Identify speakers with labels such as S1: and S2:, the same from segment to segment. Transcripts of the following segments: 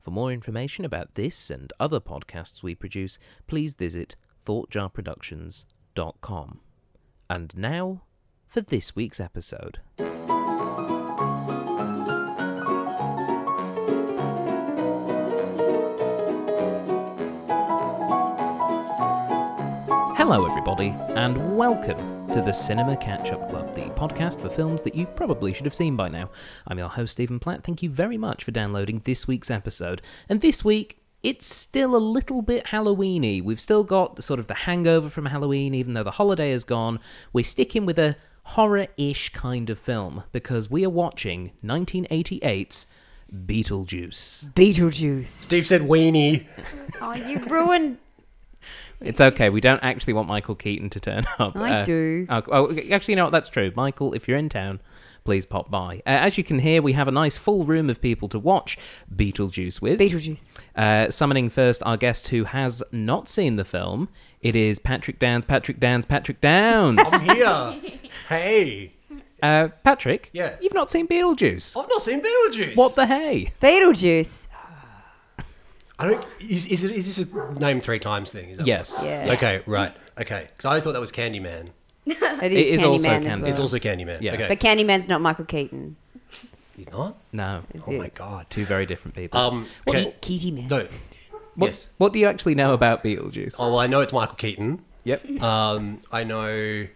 S1: For more information about this and other podcasts we produce, please visit thoughtjarproductions.com. And now for this week's episode. Hello, everybody, and welcome to the Cinema Catch Up Club, the podcast for films that you probably should have seen by now. I'm your host, Stephen Platt. Thank you very much for downloading this week's episode. And this week, it's still a little bit Halloweeny. We've still got sort of the hangover from Halloween, even though the holiday is gone. We're sticking with a horror ish kind of film because we are watching 1988's Beetlejuice.
S2: Beetlejuice.
S3: Steve said weenie.
S2: Oh, you ruined.
S1: It's okay. We don't actually want Michael Keaton to turn up.
S2: I do.
S1: Oh, oh, actually, you know what? That's true. Michael, if you're in town, please pop by. Uh, as you can hear, we have a nice full room of people to watch Beetlejuice with.
S2: Beetlejuice.
S1: uh, summoning first our guest who has not seen the film. It is Patrick Downs. Patrick Downs. Patrick Downs.
S3: I'm here. hey.
S1: uh, Patrick.
S3: Yeah. Oh,
S1: You've not seen Beetlejuice.
S3: I've not seen Beetlejuice.
S1: What the hey?
S2: Beetlejuice.
S3: I don't. Is, is, it, is this a name three times thing? Is that
S1: Yes.
S2: Yeah.
S3: Okay, right. Okay. Because I always thought that was Candyman.
S2: It is,
S1: It is
S2: Candyman
S1: also
S2: as
S1: Candy-
S2: well.
S3: It's also Candyman.
S1: Uh, Yeah.
S3: Okay.
S2: But Candyman's not Michael Keaton.
S3: He's not?
S1: No.
S3: Oh my God.
S1: Two very different people.
S3: Um,
S1: what,
S3: okay.
S2: Keaty man.
S3: No.
S1: what,
S3: Yes.
S1: what do you actually know about Beetlejuice?
S3: Oh, well, I know it's Michael Keaton.
S1: Yep.
S3: Um, I know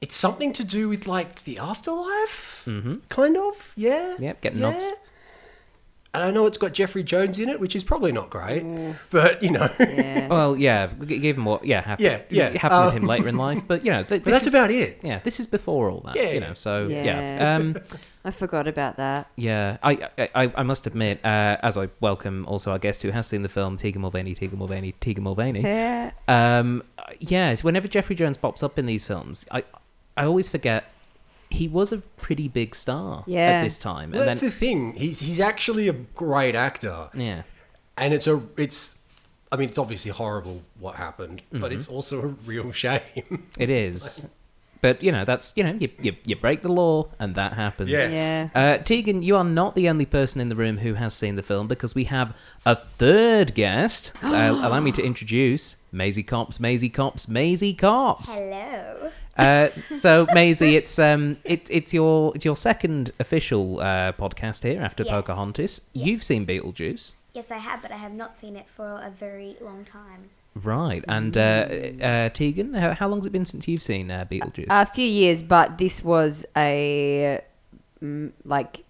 S3: it's something to do with like the afterlife, mm-hmm. kind of. Yeah.
S1: Yep, getting
S3: yeah.
S1: nods.
S3: And I know it's got Jeffrey Jones in it, which is probably not great, but you know.
S2: Yeah.
S1: Well, yeah, g- give him what, yeah, happened,
S3: Yeah, yeah. um,
S1: happened with him later in life. But you know, th-
S3: but
S1: this
S3: that's
S1: is-
S3: about it.
S1: yeah, this is before all that,
S3: Yeah.
S1: you know. So yeah,
S2: Yeah.
S1: um,
S2: I forgot about that.
S1: yeah. I, I- I, I must admit, uh, as I welcome also our guest who has seen the film Tegan Mulvaney, Tegan Mulvaney, Tegan Mulvaney.
S2: Yeah.
S1: um, yeah, it's whenever Jeffrey Jones pops up in these films, I, I always forget he was a pretty big star at
S2: Yeah.
S1: this time,
S3: Well,
S1: and
S3: that's
S1: then
S3: the thing. He's he's actually a great actor,
S1: yeah,
S3: and it's a it's. I mean, it's obviously horrible what happened, but
S1: Mm-hmm.
S3: it's also a real shame.
S1: it is. But you know, that's you know, you you, you break the law, and that happens.
S3: Yeah.
S2: Yeah.
S1: Uh, Tegan, you are not the only person in the room who has seen the film because we have a third guest. uh, allow me to introduce Maisie Cops, Maisie Cops, Maisie Cops.
S4: Hello.
S1: Uh, so Maisie, it's um, it, it's your it's your second official uh, podcast here after
S4: Yes.
S1: Pocahontas. You've seen Beetlejuice,
S4: Yes, I have, but I have not seen it for a very long time.
S1: right? And uh,
S4: Mm.
S1: uh, Tegan, how, how long's it been since you've seen uh, Beetlejuice?
S2: A few years, but this was a mm, like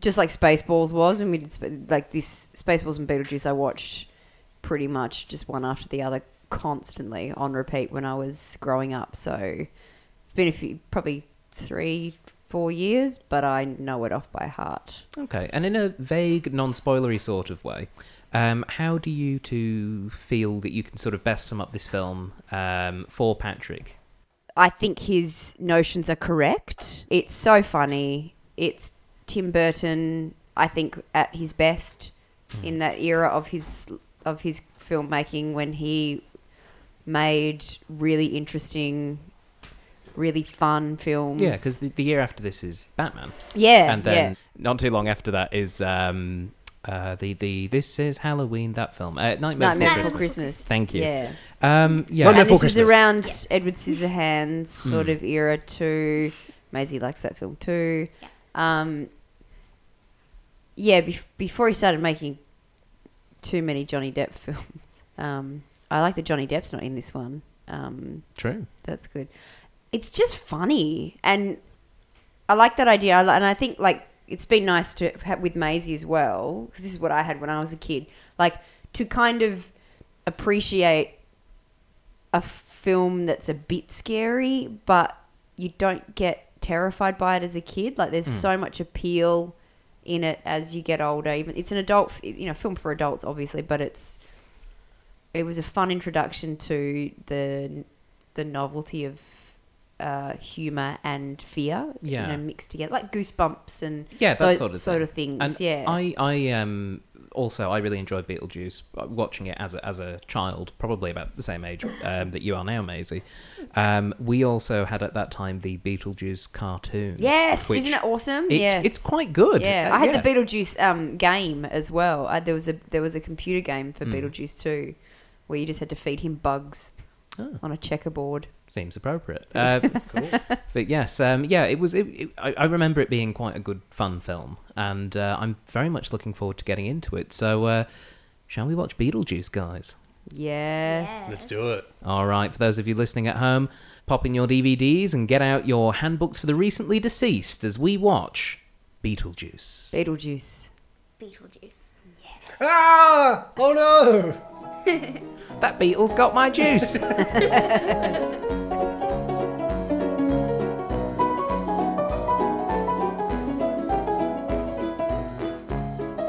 S2: just like Spaceballs was when we did sp- like this Spaceballs and Beetlejuice. I watched pretty much just one after the other constantly on repeat when I was growing up. So it's been a few, probably three, four years, but I know it off by heart.
S1: Okay, and in a vague, non-spoilery sort of way, um, how do you two feel that you can sort of best sum up this film um, for Patrick?
S2: I think his notions are correct. It's so funny. It's Tim Burton, I think, at his best
S1: Hmm.
S2: in that era of his of his filmmaking when he made really interesting, really fun films.
S1: Yeah, because the, the year after this is Batman,
S2: yeah,
S1: and
S2: yeah.
S1: then not too long after that is um, uh, the the this is Halloween that film uh, Nightmare,
S2: Nightmare
S1: Before Christmas. Thank you.
S2: Yeah.
S1: Um, yeah,
S3: Nightmare
S2: and
S3: Before
S2: this is
S3: Christmas.
S2: around Edward Scissorhands sort of era too. Maisie likes that film too. Um, yeah, bef- before he started making too many Johnny Depp films, um, I like that Johnny Depp's not in this one. Um,
S1: true.
S2: that's good. It's just funny, and I like that idea. I li- and I think like it's been nice to have with Maisie as well because this is what I had when I was a kid. Like to kind of appreciate a film that's a bit scary,
S1: Mm.
S2: but you don't get terrified by it as a kid. Like there's so much appeal in it as you get older. Even it's an adult, f- you know, film for adults, obviously, but it's it was a fun introduction to the the novelty of uh, humor and fear,
S1: Yeah.
S2: you know, mixed together, like goosebumps and
S1: Yeah, that
S2: those
S1: sort of thing.
S2: things.
S1: And
S2: yeah,
S1: I, I um, also I really enjoyed Beetlejuice. uh, Watching it as a, as a child, probably about the same age um, that you are now, Maisie. Um, we also had at that time the Beetlejuice cartoon.
S2: yes,
S1: which
S2: isn't it awesome?
S1: It's,
S2: yes.
S1: it's quite good.
S2: Yeah,
S1: Uh,
S2: I had the Beetlejuice um, game as well. I, there was a there was a computer game for
S1: Mm.
S2: Beetlejuice too, where you just had to feed him bugs
S1: Oh.
S2: on a checkerboard.
S1: Seems appropriate. Uh, But yes, um, yeah, it was. It, it, I, I remember it being quite a good, fun film, and uh, I'm very much looking forward to getting into it. So, uh, shall we watch Beetlejuice, guys?
S2: Yes.
S3: Let's do it.
S1: All right, for those of you listening at home, pop in your DVDs and get out your handbooks for the recently deceased as we watch Beetlejuice.
S2: Beetlejuice.
S4: Beetlejuice.
S3: Ah! Oh no!
S1: That beetle's got my juice.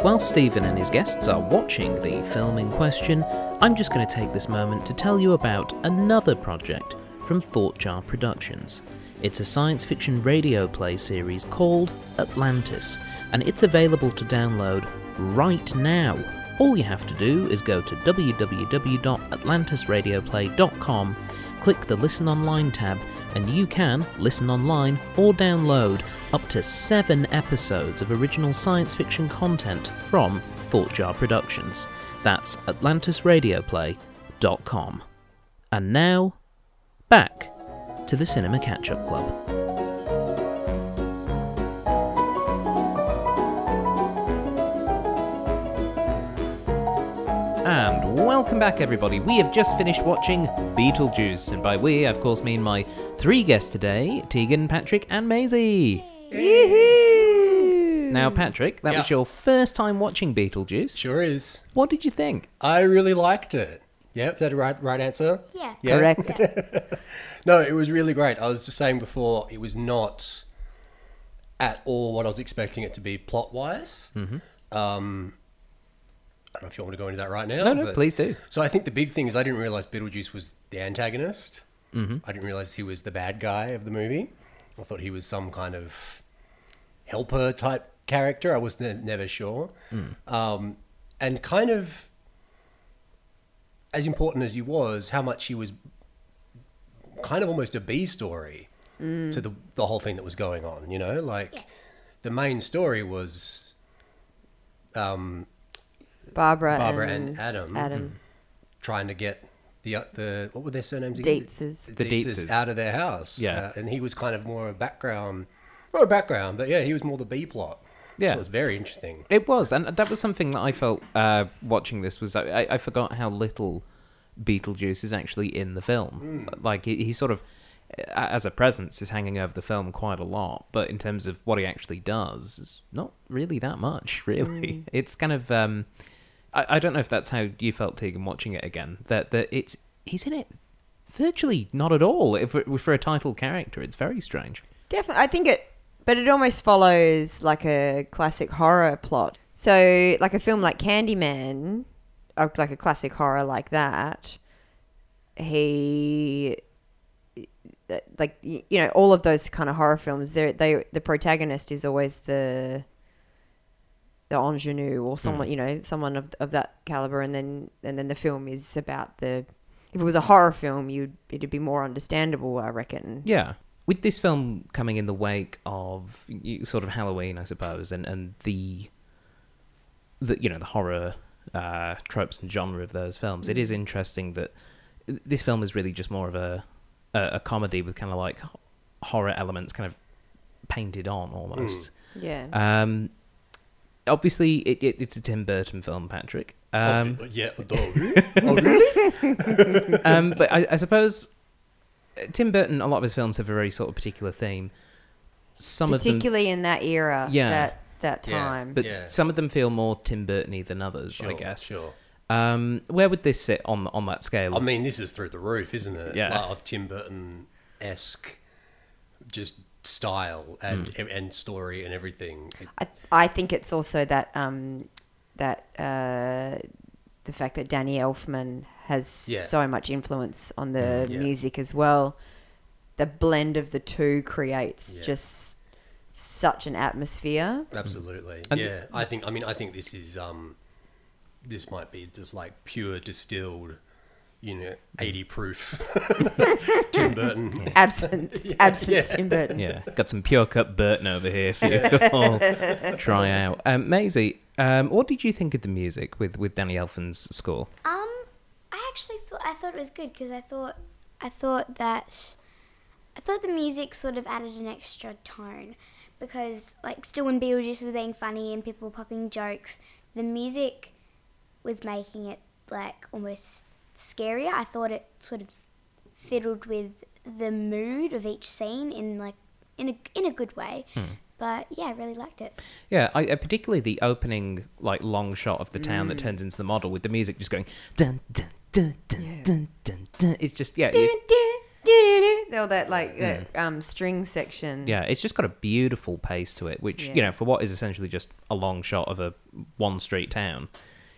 S1: While Stephen and his guests are watching the film in question, I'm just going to take this moment to tell you about another project from Thought Jar Productions. It's a science fiction radio play series called Atlantis, and it's available to download right now. All you have to do is go to www.atlantisradioplay.com, click the Listen Online tab, and you can listen online or download up to seven episodes of original science fiction content from Thoughtjar Productions. That's AtlantisRadioplay.com. And now, back to the Cinema Catch Up Club. And welcome back, everybody. We have just finished watching Beetlejuice, and by we, I of course, mean my three guests today Tegan, Patrick, and Maisie. Now, Patrick, that
S3: Yeah.
S1: was your first time watching Beetlejuice.
S3: Sure is.
S1: What did you think?
S3: I really liked it. Yep, is that a right right answer?
S4: Yeah.
S3: Yeah.
S2: Correct.
S3: No, it was really great. I was just saying before, it was not at all what I was expecting it to be plot wise. Um, I don't know if you want me to go into that right now.
S1: Mm-hmm. No, no,
S3: but-
S1: please do.
S3: So I think the big thing is I didn't realize Beetlejuice was the antagonist. Mm-hmm. I didn't realize he was the bad guy of the movie. I thought he was some kind of helper type character. I was ne- never sure. Um, and kind of as important as he was, how much he was kind of almost a B story to the the whole thing that was going on. You know, like the main story was um,
S2: Barbara,
S3: Barbara
S2: and,
S3: and Adam,
S2: Adam.
S3: trying to get the uh, the what were their surnames
S2: Dietzes.
S3: The,
S1: The
S3: Dietzes
S1: Dietzes.
S3: out of their house. Uh,
S1: Yeah.
S3: and he was kind of more a background, more a background, but yeah, he was more the B plot.
S1: Yeah.
S3: so it was very interesting.
S1: It was, and that was something that I felt uh, watching this was I, I- I forgot how little Beetlejuice is actually in the film. Like he, he sort of, a- as a presence, is hanging over the film quite a lot, but in terms of what he actually does, it's not really that much. Really, it's kind of. Um, I, I don't know if that's how you felt, Tegan, watching it again. That that it's he's in it virtually not at all. If it were for a title character, it's very strange.
S2: Definitely, I think it, but it almost follows like a classic horror plot. So, like a film like Candyman, or like a classic horror like that, he, uh, like y- you know, all of those kind of horror films, they they the protagonist is always the the ingenue or someone you know someone of, of that caliber, and then and then the film is about the. If it was a horror film, you'd it'd be more understandable, I reckon.
S1: Yeah. With this film coming in the wake of y- sort of Halloween, I suppose, and, and the, the you know the horror uh, tropes and genre of those films, it is interesting that uh, this film is really just more of a a, a comedy with kind of like h- horror elements kind of painted on almost.
S2: Yeah.
S1: Um, obviously, it, it, it's a Tim Burton film, Patrick. Um,
S3: oh, yeah, oh, really?
S1: um, but I, I suppose uh, Tim Burton, a lot of his films have a very sort of particular theme. Some of them,
S2: particularly in that era,
S1: Yeah.
S2: that that
S3: Yeah.
S2: time.
S1: but
S3: Yeah.
S1: some of them feel more Tim Burtony than others,
S3: Sure,
S1: I guess.
S3: Sure.
S1: Um, where would this sit on on that scale?
S3: I mean, this is through the roof, isn't it?
S1: Yeah.
S3: Like, of Tim Burton esque, just style and
S1: Hmm.
S3: and story and everything. It-
S2: I, I think it's also that um, that uh, the fact that Danny Elfman has
S3: Yeah. Mm,
S2: so much influence on the
S3: yeah.
S2: music as well. The blend of the two creates
S3: Yeah.
S2: just such an atmosphere.
S3: Absolutely.
S1: And-
S3: yeah. I think I mean I think this is um this might be just like pure distilled, you know, eighty proof Tim Burton.
S2: Absent, absent Tim
S3: Um,
S2: Burton.
S1: Yeah, got some pure cut Burton over here for you to all try out. Um, Maisie, um, what did you think of the music with, with Danny Elfman's score?
S4: Um, I actually thought I thought it was good because I thought I thought that I thought the music sort of added an extra tone because like still when Beetlejuice was being funny and people were popping jokes, the music was making it like almost scarier. I thought it sort of fiddled with the mood of each scene in like in a in a good way. But yeah, I really liked it.
S1: Yeah, I, uh, particularly the opening like long shot of the town
S3: Mm.
S1: that turns into the model with the music just going dun dun dun dun
S2: Yeah.
S1: dun dun dun. It's just yeah,
S2: Dun,
S1: it,
S2: dun, dun, dun, dun. All that like that, um, string section.
S1: Mm. yeah. It's just got a beautiful pace to it, which you
S2: Yeah.
S1: know for what is essentially just a long shot of a one street town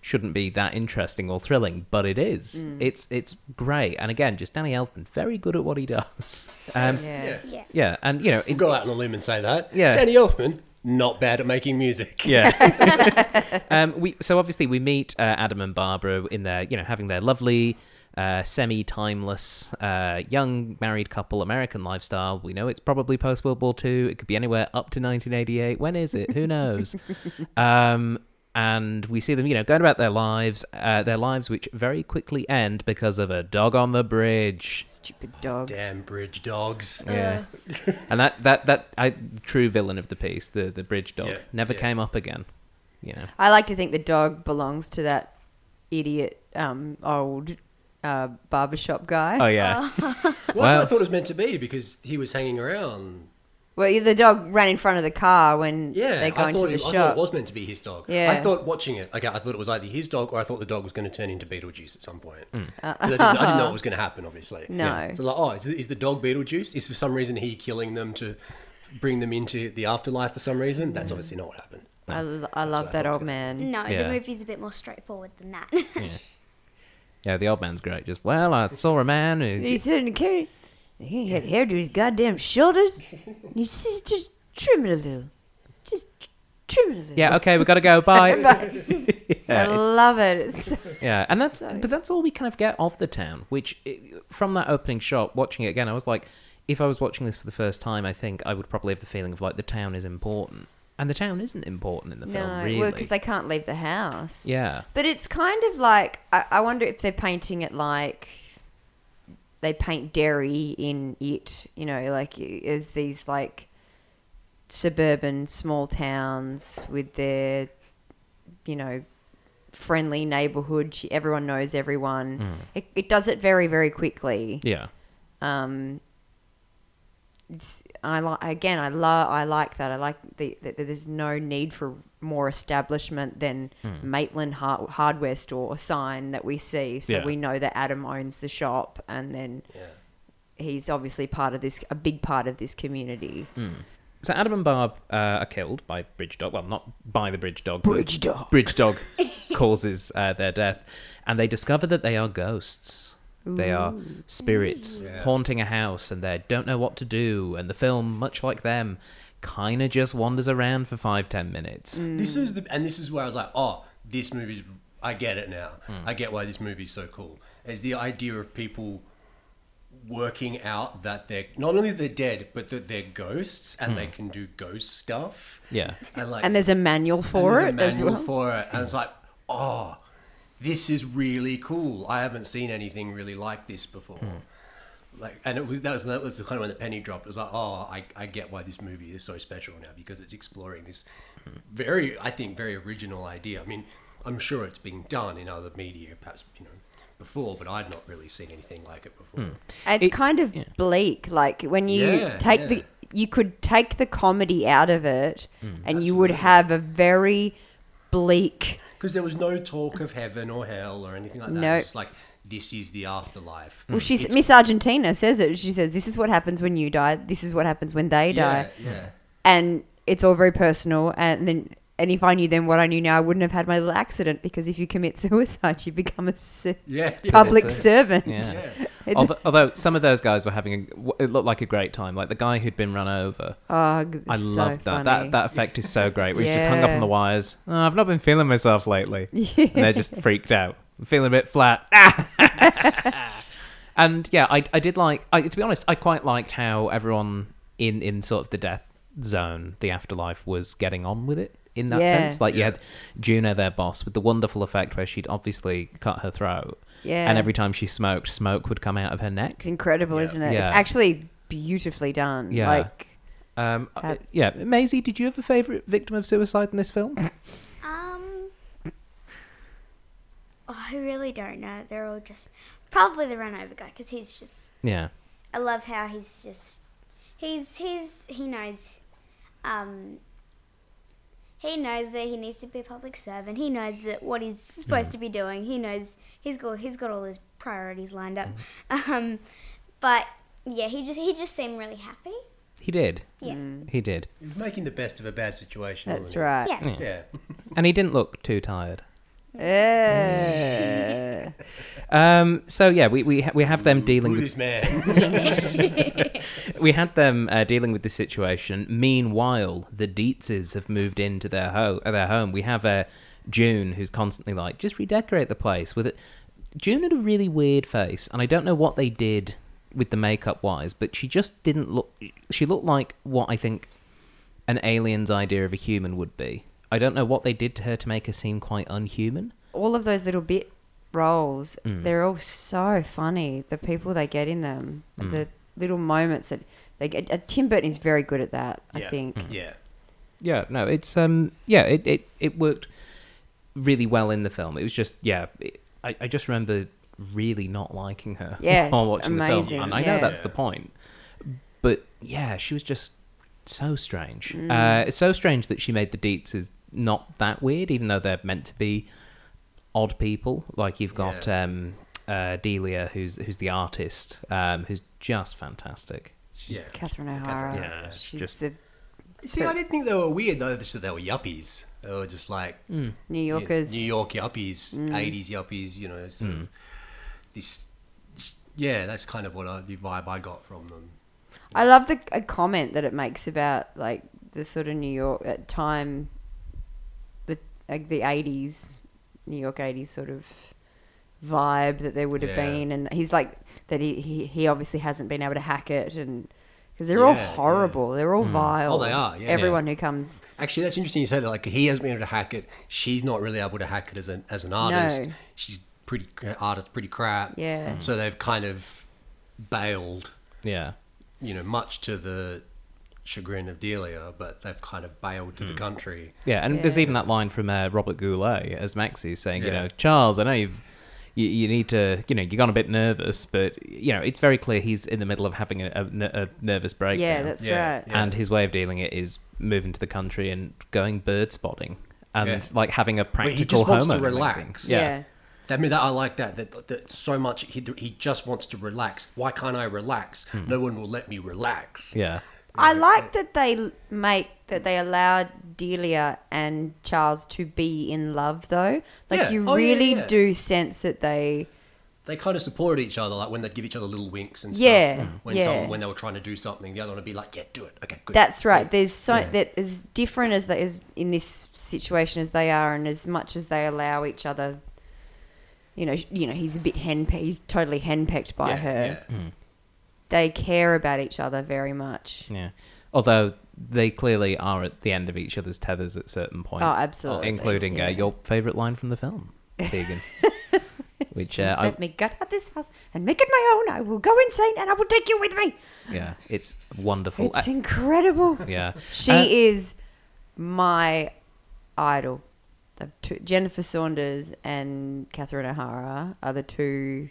S1: shouldn't be that interesting or thrilling, but it is. It's it's great, and again, just Danny Elfman, very good at what he does. Um, yeah.
S2: Yeah.
S4: Yeah.
S1: and you know, it,
S3: Go out on a limb and say that.
S1: Yeah.
S3: Danny Elfman, not bad at making music.
S1: Yeah. um, we so obviously we meet uh, Adam and Barbara in their you know having their lovely. Uh, Semi timeless, uh, young married couple, American lifestyle. We know it's probably post World War II. It could be anywhere up to 1988. When is it? Who knows? um, and we see them, you know, going about their lives, uh, their lives which very quickly end because of a dog on the bridge.
S2: Stupid dogs.
S3: Damn bridge dogs.
S1: Yeah. and that that that I, true villain of the piece, the the bridge dog,
S3: Yeah,
S1: never
S3: yeah.
S1: came up again. You know.
S2: I like to think the dog belongs to that idiot um, old uh, barbershop guy.
S1: Oh yeah.
S3: Well,
S1: Wow.
S3: that's what I thought it was meant to be because he was hanging around.
S2: Well, yeah, the dog ran in front of the car when
S3: Yeah,
S2: they go
S3: I,
S2: into
S3: thought
S2: the
S3: it, I thought
S2: shop.
S3: it was meant to be his dog. I
S2: Yeah.
S3: thought watching it, okay, I thought it was either his dog or I thought the dog was going to turn into Beetlejuice at some point. 'Cause I, didn't, I didn't know what was going to happen, obviously.
S2: No. Yeah.
S3: So I was like, oh, is, is the dog Beetlejuice? Is for some reason he killing them to bring them into the afterlife for some reason? That's
S2: Hmm.
S3: obviously not what happened.
S2: I, l- I love
S3: what I
S2: that
S3: thought
S2: old
S3: too.
S2: man.
S4: No,
S1: Yeah.
S4: the movie's a bit more straightforward than that.
S1: Yeah, the old man's great. Just well, I saw a man who
S2: He said, in the car, he had hair to his goddamn shoulders. and he says, just trim it a little. Just tr- trim it a little.
S1: yeah, okay, we gotta go. Bye.
S2: I
S1: yeah, it's-
S2: love it. It's so-
S1: yeah, and that's
S2: So-
S1: but that's all we kind of get of the town. Which i- from that opening shot, watching it again, I was like, if I was watching this for the first time, I think I would probably have the feeling of like the town is important, and the town isn't important in the
S2: no,
S1: film really.
S2: well, because they can't leave the house.
S1: yeah,
S2: But it's kind of like I, I wonder if they're painting it like they paint dairy in it, you know, like as these like suburban small towns with their, you know, friendly neighborhood. Everyone knows everyone. It, it does it very very quickly.
S1: yeah,
S2: Um, it's, I like again. I love. I like that. I like the, that there's no need for more establishment than
S1: Hmm.
S2: Maitland har- hardware store sign that we see. So
S1: Yeah.
S2: we know that Adam owns the shop, and then
S3: Yeah.
S2: he's obviously part of this, a big part of this community.
S1: Hmm. So Adam and Barb uh, are killed by Bridge Dog. Well, not by the Bridge Dog. but
S2: Bridge dog.
S1: Bridge Dog causes uh, their death, and they discover that they are ghosts. They are spirits
S3: Yeah.
S1: haunting a house, and they don't know what to do. And the film, much like them, kind of just wanders around for five ten minutes.
S2: Mm.
S3: This is the and this is where I was like, oh, this movie's. I get it now. I get why this movie's so cool. Is the idea of people working out that they're not only they're dead, but that they're ghosts and they can do ghost stuff.
S1: Yeah.
S3: and like
S2: And there's a manual
S3: and
S2: for
S3: there's
S2: it as
S3: manual
S2: well.
S3: for it, and it's like, oh, this is really cool. I haven't seen anything really like this before.
S2: Hmm.
S3: Like, and it was that was that was kind of when the penny dropped. It was like, oh, I, I get why this movie is so special now because it's exploring this very, I think, very original idea. I mean, I'm sure it's been done in other media, perhaps you know, before, but I'd not really seen anything like it before.
S2: It's
S1: It-
S2: kind of bleak. Like when you
S3: Yeah,
S2: take
S3: yeah.
S2: the,
S1: Hmm.
S2: you could take the comedy out of it, and you would have a very bleak.
S3: Because there was no talk of heaven or hell or anything like that.
S2: No.
S3: It was just like, this is the afterlife.
S2: Well, she's,
S3: It's-
S2: Miss Argentina says it. She says, This is what happens when you die. This is what happens when they
S3: yeah,
S2: die.
S3: yeah.
S2: And it's all very personal. And then, and if I knew then what I knew now, I wouldn't have had my little accident because if you commit suicide, you become a su-
S3: Yeah.
S2: public
S1: That's it.
S2: servant.
S1: Yeah.
S2: It's,
S1: Although, although some of those guys were having a, it looked like a great time. Like the guy who'd been run over.
S2: oh, g-
S1: I
S2: so
S1: love that.
S2: funny.
S1: That that effect is so great. We've just hung up
S2: Yeah.
S1: on the wires. Oh, I've not been feeling myself lately, and they're just freaked out. I'm feeling a bit flat. and yeah, I I did like. I, to be honest, I quite liked how everyone in in sort of the death zone, the afterlife, was getting on with it. In that
S2: Yeah.
S1: sense, like you
S3: Yeah.
S1: had Juno, their boss, with the wonderful effect where she'd obviously cut her throat,
S2: Yeah.
S1: and every time she smoked, smoke would come out of her neck.
S2: incredible, isn't it?
S1: Yeah.
S2: It's actually beautifully done.
S1: Yeah.
S2: Like,
S1: Um, uh,
S2: That-
S1: yeah, Maisie, did you have a favourite victim of suicide in this film?
S4: Um. Oh, I really don't know. They're all just probably the run over guy because he's just.
S1: yeah.
S4: I love how he's just. He's he's he knows. Um. He knows that he needs to be a public servant. He knows that what he's supposed to be doing. He knows he's got he's got all his priorities lined up. Um, but yeah, he just he just seemed really happy.
S1: He did.
S4: Yeah.
S1: He did.
S3: He was making the best of a bad situation.
S2: that's
S3: wasn't he?
S2: right.
S4: Yeah.
S3: Yeah.
S1: And he didn't look too tired.
S2: Yeah.
S1: Um, so yeah, we we, ha- we have them dealing
S3: Mm, Who
S1: with
S3: this man?
S1: we had them uh, dealing with the situation. Meanwhile, the Dietzes have moved into their ho- uh, their home. We have uh, June, who's constantly like, just redecorate the place with it. June had a really weird face, and I don't know what they did with the makeup wise, but she just didn't look. She looked like what I think an alien's idea of a human would be. I don't know what they did to her to make her seem quite unhuman.
S2: all of those little bit roles,
S3: Mm.
S2: they're all so funny. The people they get in them,
S3: Mm.
S2: the little moments that they get. Uh, Tim Burton is very good at that, I
S3: Yeah. Mm.
S2: think.
S3: yeah.
S1: Yeah, no, it's um, yeah, it it, it worked really well in the film. It was just yeah, it, I I just remember really not liking her
S2: Yeah,
S1: while
S2: it's
S1: watching the
S2: amazing,
S1: film, and I
S2: yeah.
S1: know that's the point. But yeah, she was just so strange.
S2: Mm.
S1: Uh, it's so strange that she made the Deets is not that weird, even though they're meant to be odd people. Like you've got
S3: Yeah.
S1: um, uh, Delia, who's who's the artist, um, who's just fantastic.
S3: yeah.
S2: It's Catherine O'Hara.
S3: yeah,
S2: She's
S1: just-
S2: the
S3: See, I didn't think they were weird though. Just that they were yuppies. They were just like
S2: New
S3: you know,
S2: Hmm. Yorkers. Hmm.
S3: New York yuppies, eighties yuppies. You know, sort of this. Yeah, that's kind of what I, the vibe I got from them.
S2: I love the a comment that it makes about like the sort of New York at time, the like the eighties, New York eighties sort of vibe that there would have
S3: Yeah.
S2: been, and he's like that he he, he obviously hasn't been able to hack it, and because they're all
S3: Yeah, yeah.
S2: horrible, they're all vile.
S3: Oh, they are, yeah.
S2: Everyone who comes,
S3: Actually, that's interesting. You say that like he has been able to hack it. She's not really able to hack it as an as an artist.
S2: No.
S3: She's pretty her artist, pretty crap.
S2: Yeah. Mm.
S3: So they've kind of bailed.
S1: Yeah.
S3: You know, much to the chagrin of Delia, but they've kind of bailed to the country.
S1: Yeah, and there's
S2: Yeah.
S1: even that line from uh, Robert Goulet as Maxie saying, you
S3: Yeah.
S1: know, Charles, I know you've, you, you need to, you know, you've gone a bit nervous, but, you know, it's very clear he's in the middle of having a, a, ner- a nervous breakdown.
S2: yeah, that's
S3: Yeah,
S2: right.
S3: yeah.
S1: And his way of dealing it is moving to the country and going bird spotting and,
S3: Yeah.
S1: like, having a
S3: he
S1: practical
S3: just wants to
S1: homo
S3: relax.
S1: mixing.
S2: Yeah.
S3: I mean, that I like that, that. That so much he he just wants to relax. Why can't I relax? No one will let me relax.
S1: Yeah.
S2: I like that they l- make that they allowed Delia and Charles to be in love though. Like
S3: Yeah.
S2: you
S3: Oh, yeah, yeah,
S2: really
S3: yeah.
S2: do sense that they
S3: They kind of supported each other, like when they'd give each other little winks and
S2: Yeah,
S3: stuff. When
S2: yeah.
S3: someone, when they were trying to do something, the other one would be like, "Yeah, do it. Okay, good."
S2: That's right. There's so that as different as they as in this situation as they are, and as much as they allow each other, you know, you know, he's a bit hen, he's totally henpecked by
S3: Yeah,
S2: her.
S3: yeah.
S2: They care about each other very much.
S1: Yeah. Although they clearly are at the end of each other's tethers at certain point.
S2: Oh, absolutely.
S1: Including uh,
S2: Yeah.
S1: your favourite line from the film, Tegan. Which uh, I,
S2: Let me get out of this house and make it my own. I will go insane, and I will take you with me.
S1: yeah, it's wonderful.
S2: It's
S1: Uh,
S2: incredible.
S1: yeah.
S2: She
S1: Uh,
S2: is my idol. The two, Jennifer Saunders and Catherine O'Hara are the two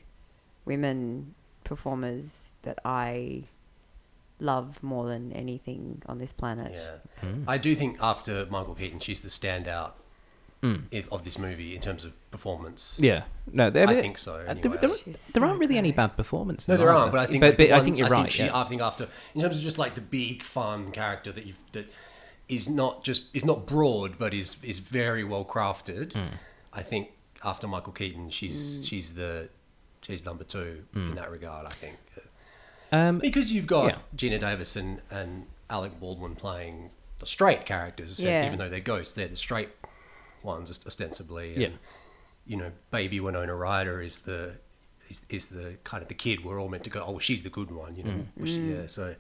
S2: women performers that I love more than anything on this planet.
S1: Hmm.
S3: Yeah. I do think after Michael Keaton, she's the standout i- of this movie in terms of performance.
S1: Hmm. Yeah. No, there,
S3: I think
S1: uh,
S3: so,
S1: There,
S3: anyway.
S1: there, there
S2: She's
S1: aren't
S2: so
S1: really any
S2: great.
S1: bad performances.
S3: No, there
S1: are
S3: aren't, but I think
S1: but,
S3: like, the
S1: but I
S3: ones-
S1: think you're right.
S3: she,
S1: yeah.
S3: I think after in terms of just like the big fun character that you that is not just is not broad but is is very well crafted.
S1: Hmm.
S3: I think after Michael Keaton, she's she's the she's number two
S1: Hmm.
S3: in that regard. I think
S1: Um,
S3: because you've got
S1: Yeah.
S3: Gina Davis and, and Alec Baldwin playing the straight characters, so
S2: Yeah.
S3: even though they're ghosts, they're the straight ones ost- ostensibly. And,
S1: Yeah.
S3: You know, baby Winona Ryder is the is, is the kind of the kid we're all meant to go. Oh, she's the good one. You know,
S1: Mm.
S3: Well, she- yeah. So,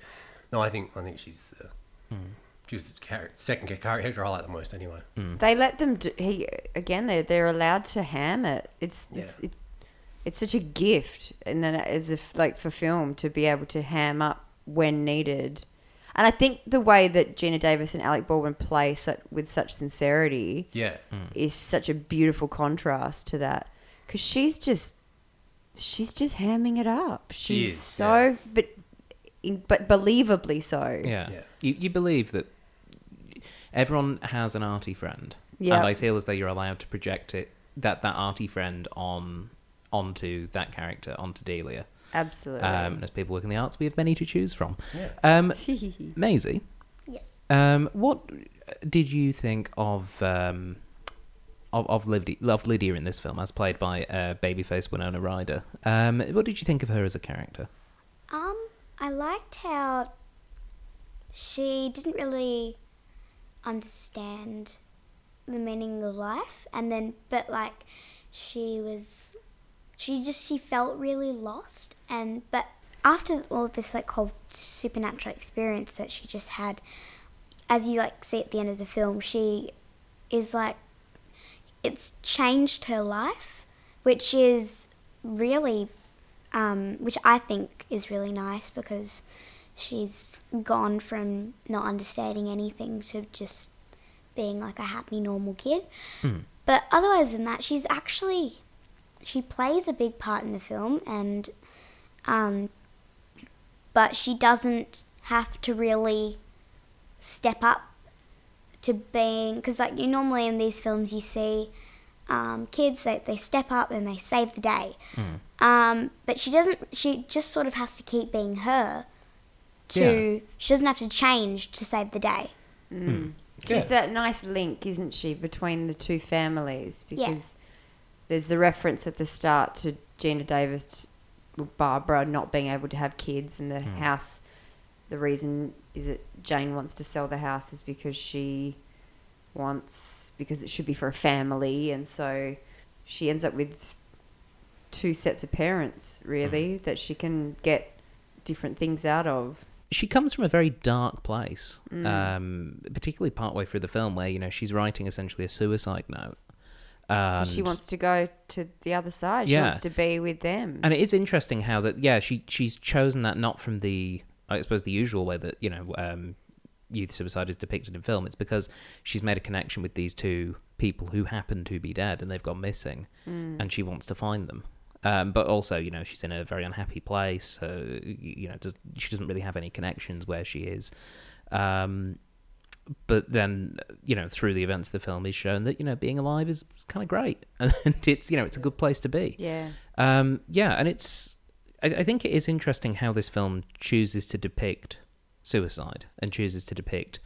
S3: no, I think I think she's the
S1: Mm.
S3: she's the char- second ca- character I like the most anyway.
S2: They let them. Do, he again. They they're allowed to ham it. It's it's
S3: Yeah.
S2: it's it's such a gift, and then as if like for film to be able to ham up when needed. And I think the way that Gina Davis and Alec Baldwin play su with such sincerity
S3: Yeah.
S1: Mm.
S2: is such a beautiful contrast to that, because she's just she's just hamming it up. She's
S3: is,
S2: so but in, but believably so.
S1: Yeah.
S3: Yeah.
S1: You, you believe that everyone has an arty friend.
S2: Yeah.
S1: And I feel as though you're allowed to project it that that arty friend on onto that character, onto Delia.
S2: Absolutely.
S1: Um, and as people working the arts, we have many to choose from.
S3: Yeah.
S1: Um, Maisie,
S4: Yes.
S1: um, what did you think of um, of, of, Lydia, of Lydia in this film, as played by uh, babyface Winona Ryder? Um, what did you think of her as a character?
S4: Um, I liked how she didn't really understand the meaning of life, and then, but like, she was, she just, she felt really lost, and, but after all this, like, whole supernatural experience that she just had, as you, like, see at the end of the film, she is, like, it's changed her life, which is really um, which I think is really nice because she's gone from not understanding anything to just being like a happy normal kid. But otherwise than that, she's actually she plays a big part in the film, and um, but she doesn't have to really step up to being because like you normally in these films you see um, kids they, they step up and they save the day um, but she doesn't she just sort of has to keep being her to she doesn't have to change to save the day
S2: She's that nice link, isn't she, between the two families?
S4: Yeah.
S2: Because there's the reference at the start to Gina Davis, well, Barbara not being able to have kids, and the
S1: Hmm.
S2: house. The reason is that Jane wants to sell the house is because she wants because it should be for a family, and so she ends up with two sets of parents really
S1: Hmm.
S2: that she can get different things out of.
S1: she comes from a very dark place,
S2: Mm.
S1: um, particularly partway through the film, where you know she's writing essentially a suicide note. Um, And,
S2: she wants to go to the other side. She
S1: Yeah.
S2: wants to be with them.
S1: and it is interesting how that yeah she she's chosen that not from the I suppose the usual way that you know um, youth suicide is depicted in film. It's because she's made a connection with these two people who happen to be dead and they've gone missing, and she wants to find them. Um, but also, you know, she's in a very unhappy place. So, y- you know, does, she doesn't really have any connections where she is. Um, but then you know through the events of the film is shown that you know being alive is, kind of great and it's you know it's a good place to be
S2: Yeah.
S1: um yeah and it's I, I think it is interesting how this film chooses to depict suicide and chooses to depict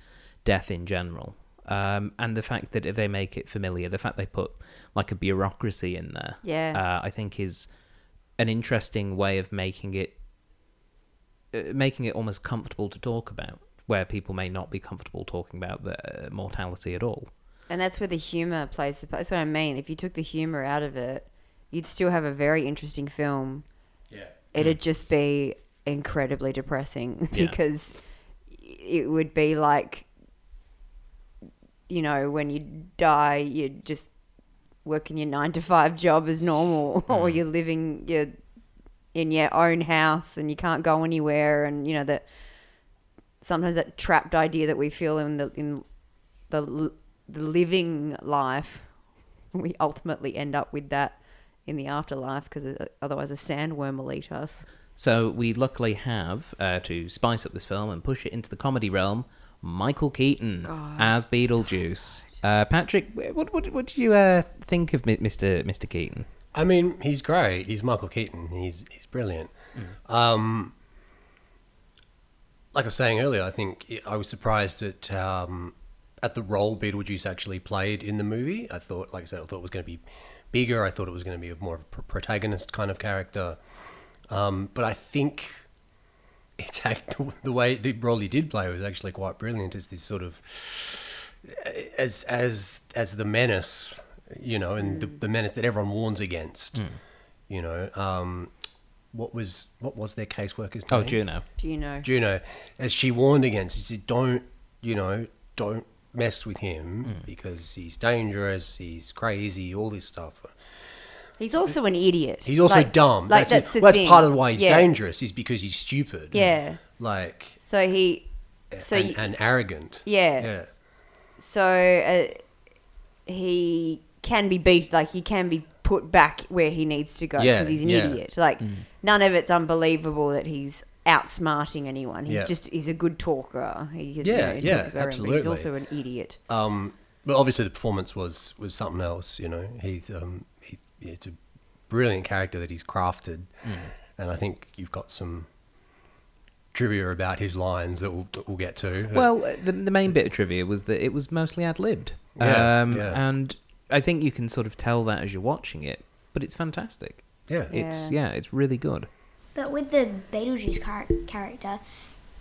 S1: death in general um and the fact that they make it familiar the fact they put like a bureaucracy in there
S2: Yeah.
S1: uh, i think is an interesting way of making it uh, making it almost comfortable to talk about where people may not be comfortable talking about the uh, mortality at all.
S2: And that's where the humor plays the part. That's what I mean. If you took the humor out of it, you'd still have a very interesting film.
S3: Yeah.
S2: It'd just be incredibly depressing
S1: Yeah.
S2: because it would be like, you know, when you die, you're just working your nine to five job as normal, or you're living your in your own house and you can't go anywhere, and you know that sometimes that trapped idea that we feel in the in the l- the living life, we ultimately end up with that in the afterlife because otherwise a sandworm will eat us.
S1: So we luckily have uh, to spice up this film and push it into the comedy realm. Michael Keaton as Beetlejuice. Uh, Patrick, wh- what what what do you uh, think of Mi- Mr. Mr. Keaton?
S3: I mean, he's great. He's Michael Keaton. He's he's brilliant. Um, like I was saying earlier, I think it- I was surprised at um, at the role Beetlejuice actually played in the movie. I thought, like I said, I thought it was going to be bigger. I thought it was going to be a more of a pr- protagonist kind of character. Um, but I think it's act- the way the role he did play was actually quite brilliant. It's this sort of as as as the menace, you know, and the, the menace that everyone warns against, you know. Um, what was what was their caseworker's
S1: Oh,
S3: name?
S1: Juno.
S2: Do you know?
S3: Juno, as she warned against, she said, "Don't, you know, don't mess with him because he's dangerous, he's crazy, all this stuff."
S2: He's also an idiot.
S3: He's also
S2: Like-
S3: dumb.
S2: Like
S3: that's
S2: that's,
S3: it.
S2: the
S3: that's
S2: thing.
S3: part of why he's
S2: Yeah.
S3: dangerous is because he's stupid.
S2: Yeah.
S3: like
S2: So he, so
S3: and,
S2: you,
S3: and arrogant.
S2: yeah,
S3: yeah.
S2: so uh, he can be beat. Like he can be put back where he needs to go because
S3: Yeah,
S2: he's an
S3: yeah. Mm.
S2: idiot. Like none of it's unbelievable that he's outsmarting anyone. He's
S3: Yeah.
S2: just he's a good talker. He, you
S3: Yeah,
S2: he
S3: yeah,
S2: talks about everything,
S3: absolutely.
S2: But he's also an idiot.
S3: Um, but obviously the performance was was something else. You know, he's um, he's it's a brilliant character that he's crafted, and I think you've got some trivia about his lines that we'll, that we'll get to.
S1: Well, uh, the, the main bit of trivia was that it was mostly ad libbed.
S3: Yeah,
S1: um,
S3: yeah.
S1: And I think you can sort of tell that as you're watching it, but it's fantastic.
S3: yeah,
S1: It's, yeah, it's really good.
S4: But with the Beetlejuice char- character,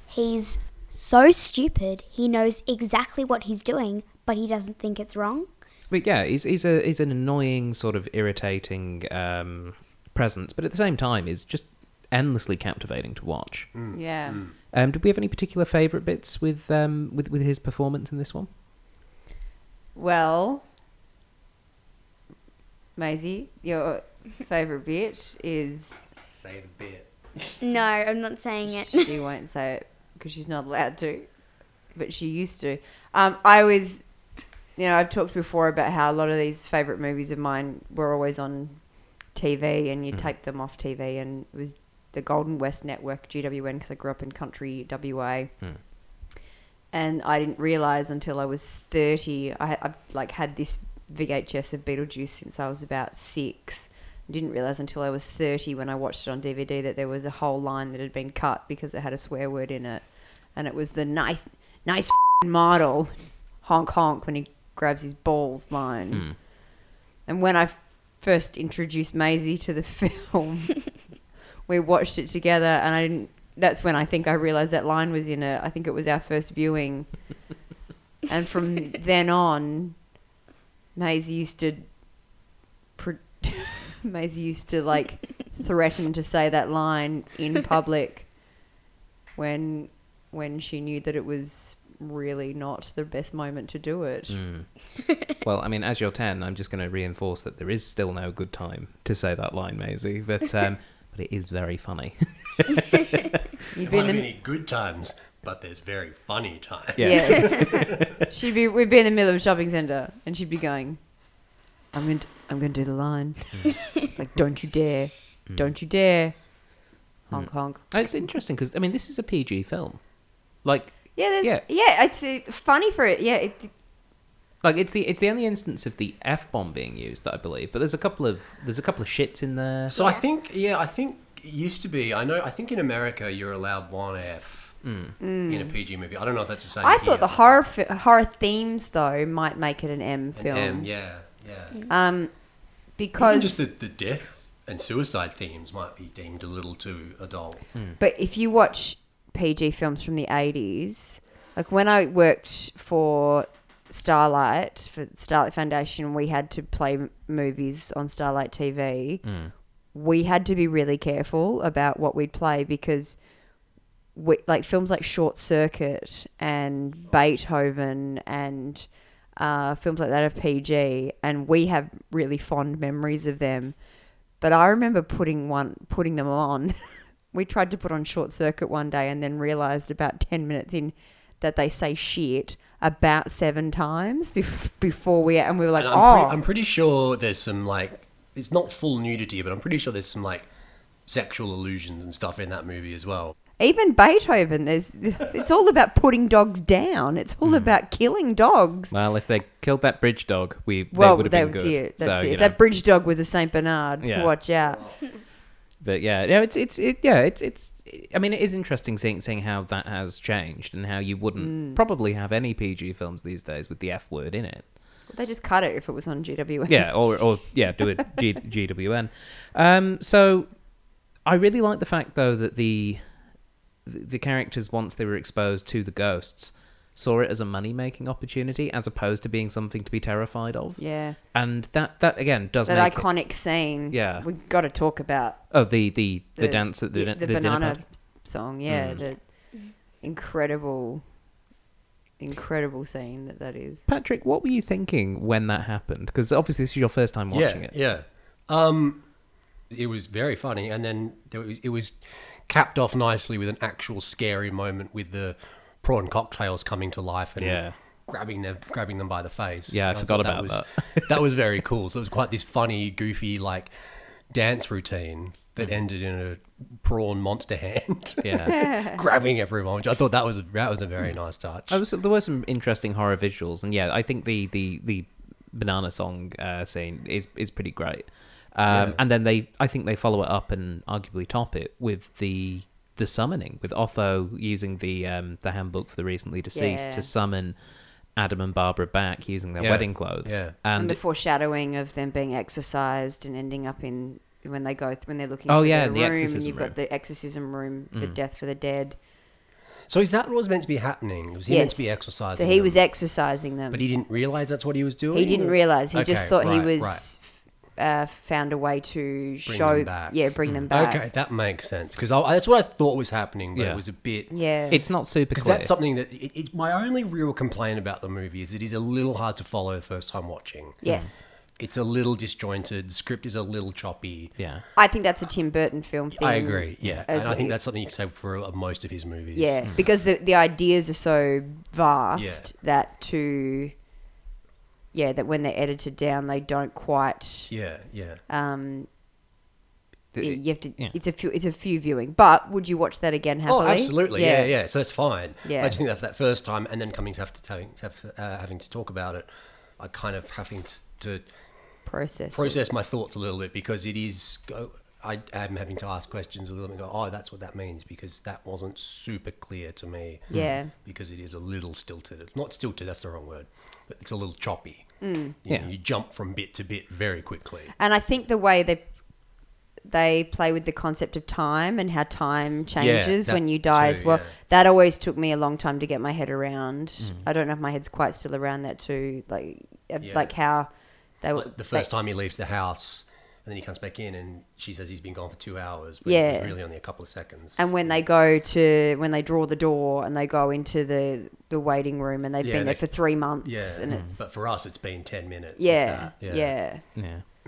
S4: he's so stupid. He knows exactly what he's doing, but he doesn't think it's wrong.
S1: But yeah, he's, he's, a, he's an annoying, sort of irritating um, presence, but at the same time, is just endlessly captivating to watch.
S2: Mm. Yeah.
S3: mm.
S1: Um, did we have any particular favourite bits with, um, with, with his performance in this one?
S2: Well, Maisie, your favorite bit is
S3: say the bit.
S4: No, I'm not saying it.
S2: she won't say it because she's not allowed to, but she used to. Um, I was, you know, I've talked before about how a lot of these favorite movies of mine were always on TV, and you taped them off TV, and it was the Golden West Network GWN because I grew up in country WA. And I didn't realize until I was thirty. I, I've like had this VHS of Beetlejuice since I was about six. Didn't realize until I was thirty when I watched it on DVD that there was a whole line that had been cut because it had a swear word in it, and it was the nice, nice f***ing model, honk honk when he grabs his balls line. And when I f- first introduced Maisie to the film, we watched it together, and I didn't. That's when I think I realized that line was in it. I think it was our first viewing, and from then on, Maisie used to. Pro- Maisie used to like threaten to say that line in public when when she knew that it was really not the best moment to do it.
S1: Well, I mean, as you're 10, I'm just going to reinforce that there is still no good time to say that line, Maisie, but, um, but it is very funny.
S2: You'd
S3: There
S2: be in
S3: might have
S2: the,
S3: many good times, but there's very funny times.
S1: Yes.
S2: Yeah. she'd be we'd be in the middle of a shopping centre and she'd be going, I'm going to, I'm going to do the line. like don't you dare. Don't you dare. Honk honk.
S1: It's interesting because I mean, this is a PG film. Like,
S2: Yeah, there's,
S1: Yeah.
S2: yeah, it's uh, funny for it. Yeah, it,
S1: like it's the it's the only instance of the f bomb being used that I believe. But there's a couple of there's a couple of shits in there.
S3: So I think, yeah, I think it used to be. I know. I think in America you're allowed one F in a PG movie. I don't know if that's the same.
S2: I thought
S3: here.
S2: the horror fi- horror themes though might make it an M
S3: An
S2: film.
S3: M, yeah, yeah.
S2: Um
S3: Even
S2: because
S3: just the, the death and suicide themes might be deemed a little too adult.
S2: But if you watch PG films from the 80s, like when I worked for Starlight, for Starlight Foundation, we had to play m- movies on Starlight TV. We had to be really careful about what we'd play because we, like films like Short Circuit and Beethoven and uh, films like that of PG, and we have really fond memories of them. But I remember putting one putting them on. we tried to put on Short Circuit one day, and then realized about ten minutes in that they say shit about seven times bef- before we and we were like,
S3: And I'm,
S2: oh,
S3: pretty, I'm pretty sure there's some like it's not full nudity, but I'm pretty sure there's some like sexual illusions and stuff in that movie as well.
S2: Even Beethoven, there's it's all about putting dogs down. It's all about killing dogs.
S1: Well, if Hmm. they killed that bridge dog, we they
S2: Well,
S1: would have
S2: that
S1: been
S2: was
S1: good.
S2: it. That's
S1: so,
S2: it.
S1: You
S2: If
S1: know.
S2: that bridge dog was a Saint Bernard.
S1: Yeah.
S2: Watch out.
S1: But yeah, no, it's it's it, yeah, it's it's. I mean, it is interesting seeing seeing how that has changed and how you
S2: Mm.
S1: wouldn't probably have any PG films these days with the F word in it.
S2: They just cut it if it was on GWN.
S1: Yeah, or or yeah, do it G, GWN. Um, so I really like the fact though that the the the characters once they were exposed to the ghosts saw it as a money making opportunity as opposed to being something to be terrified of.
S2: Yeah.
S1: And that that again does
S2: That
S1: make it-
S2: iconic scene.
S1: Yeah.
S2: We've got to talk about
S1: oh the the the,
S2: the-
S1: dance at the,
S2: the,
S1: the,
S2: the
S1: dinner
S2: banana
S1: party.
S2: song. Yeah.
S1: Mm.
S2: The incredible, incredible scene that that is.
S1: Patrick, what were you thinking when that happened? Because obviously this is your first time watching
S3: yeah,
S1: it.
S3: Yeah. Um, it was very funny, and then there was, it was capped off nicely with an actual scary moment with the prawn cocktails coming to life and
S1: Yeah.
S3: grabbing them, grabbing them by the face.
S1: Yeah, I
S3: And
S1: forgot
S3: thought
S1: about
S3: was, that. was very cool. So it was quite this funny, goofy, like dance routine that ended in a prawn monster hand
S1: Mm. Yeah. Mm.
S3: grabbing everyone. Which I thought that was that was a very nice touch.
S1: I was, there were some interesting horror visuals, and yeah, I think the the the banana song uh, scene is is pretty great. Um,
S3: Yeah.
S1: And then they, I think they follow it up and arguably top it with the the summoning with Otho using the um, the handbook for the recently deceased
S2: Yeah.
S1: to summon Adam and Barbara back using their
S3: Yeah.
S1: wedding clothes.
S3: Yeah.
S2: And,
S1: And
S2: the foreshadowing of them being exorcised and ending up in when they go th- when they're looking.
S1: Oh,
S2: for
S1: yeah,
S2: their
S1: in the
S2: room, and
S1: exorcism
S2: you've
S1: room. Mm.
S2: got the exorcism room, the death for the dead.
S3: so is that what was meant to be happening? Was he meant to be exercising?
S2: So he was
S3: them?
S2: exorcising them.
S3: but he didn't realize that's what he was doing.
S2: He didn't realize. He just
S3: Okay,
S2: thought he
S3: right,
S2: was
S3: right.
S2: uh, found a way to
S3: Bring
S2: show.
S3: them back.
S2: Yeah, bring
S1: Mm.
S2: them back.
S3: Okay, that makes sense because that's what I thought was happening, but
S1: Yeah.
S3: it was a bit
S2: Yeah.
S1: it's not super
S3: because
S1: clear.
S3: that's something that it, it's my only real complaint about the movie is it is a little hard to follow the first time watching.
S2: yes.
S3: It's a little disjointed. Script is a little choppy.
S1: yeah.
S2: I think that's a Tim Burton film thing.
S3: I agree. Yeah,
S2: as
S3: and I think
S2: well.
S3: that's something you can say for uh, most of his movies.
S2: Yeah,
S1: Mm.
S2: because the the ideas are so vast that to yeah that when they're edited down they don't quite
S3: yeah, yeah.
S2: um y- you have to
S1: yeah.
S2: it's a few it's a few viewing but would you watch that again happily
S3: Oh, absolutely. Yeah. yeah, So it's fine.
S2: Yeah.
S3: I just think that for that first time, and then coming to have to having, have, uh, having to talk about it, I kind of having to, to
S2: process it.
S3: process my thoughts a little bit because it is go- I am having to ask questions a little bit. and Go, oh, that's what that means because that wasn't super clear to me.
S2: Yeah.
S3: because it is a little stilted. It's Not stilted. That's the wrong word. But it's a little choppy.
S2: Mm.
S3: You,
S1: Yeah.
S3: know, you jump from bit to bit very quickly.
S2: and I think the way they they play with the concept of time and how time changes
S3: that
S2: when you die
S3: too,
S2: as well.
S3: yeah. Mm.
S2: That always took me a long time to get my head around. I don't know if my head's quite still around that too. Like uh,
S3: Yeah.
S2: like how they were
S3: Like the first time he leaves the house, and then he comes back in, and she says he's been gone for two hours. But it
S2: Yeah.
S3: was really only a couple of seconds.
S2: And when they go to when they draw the door and they go into the the waiting room and they've
S3: Yeah,
S2: been there
S3: they-
S2: for three months
S3: yeah, mm.
S2: and it's
S3: but for us, it's been ten minutes. if
S2: yeah,
S3: that.
S2: yeah
S1: Yeah.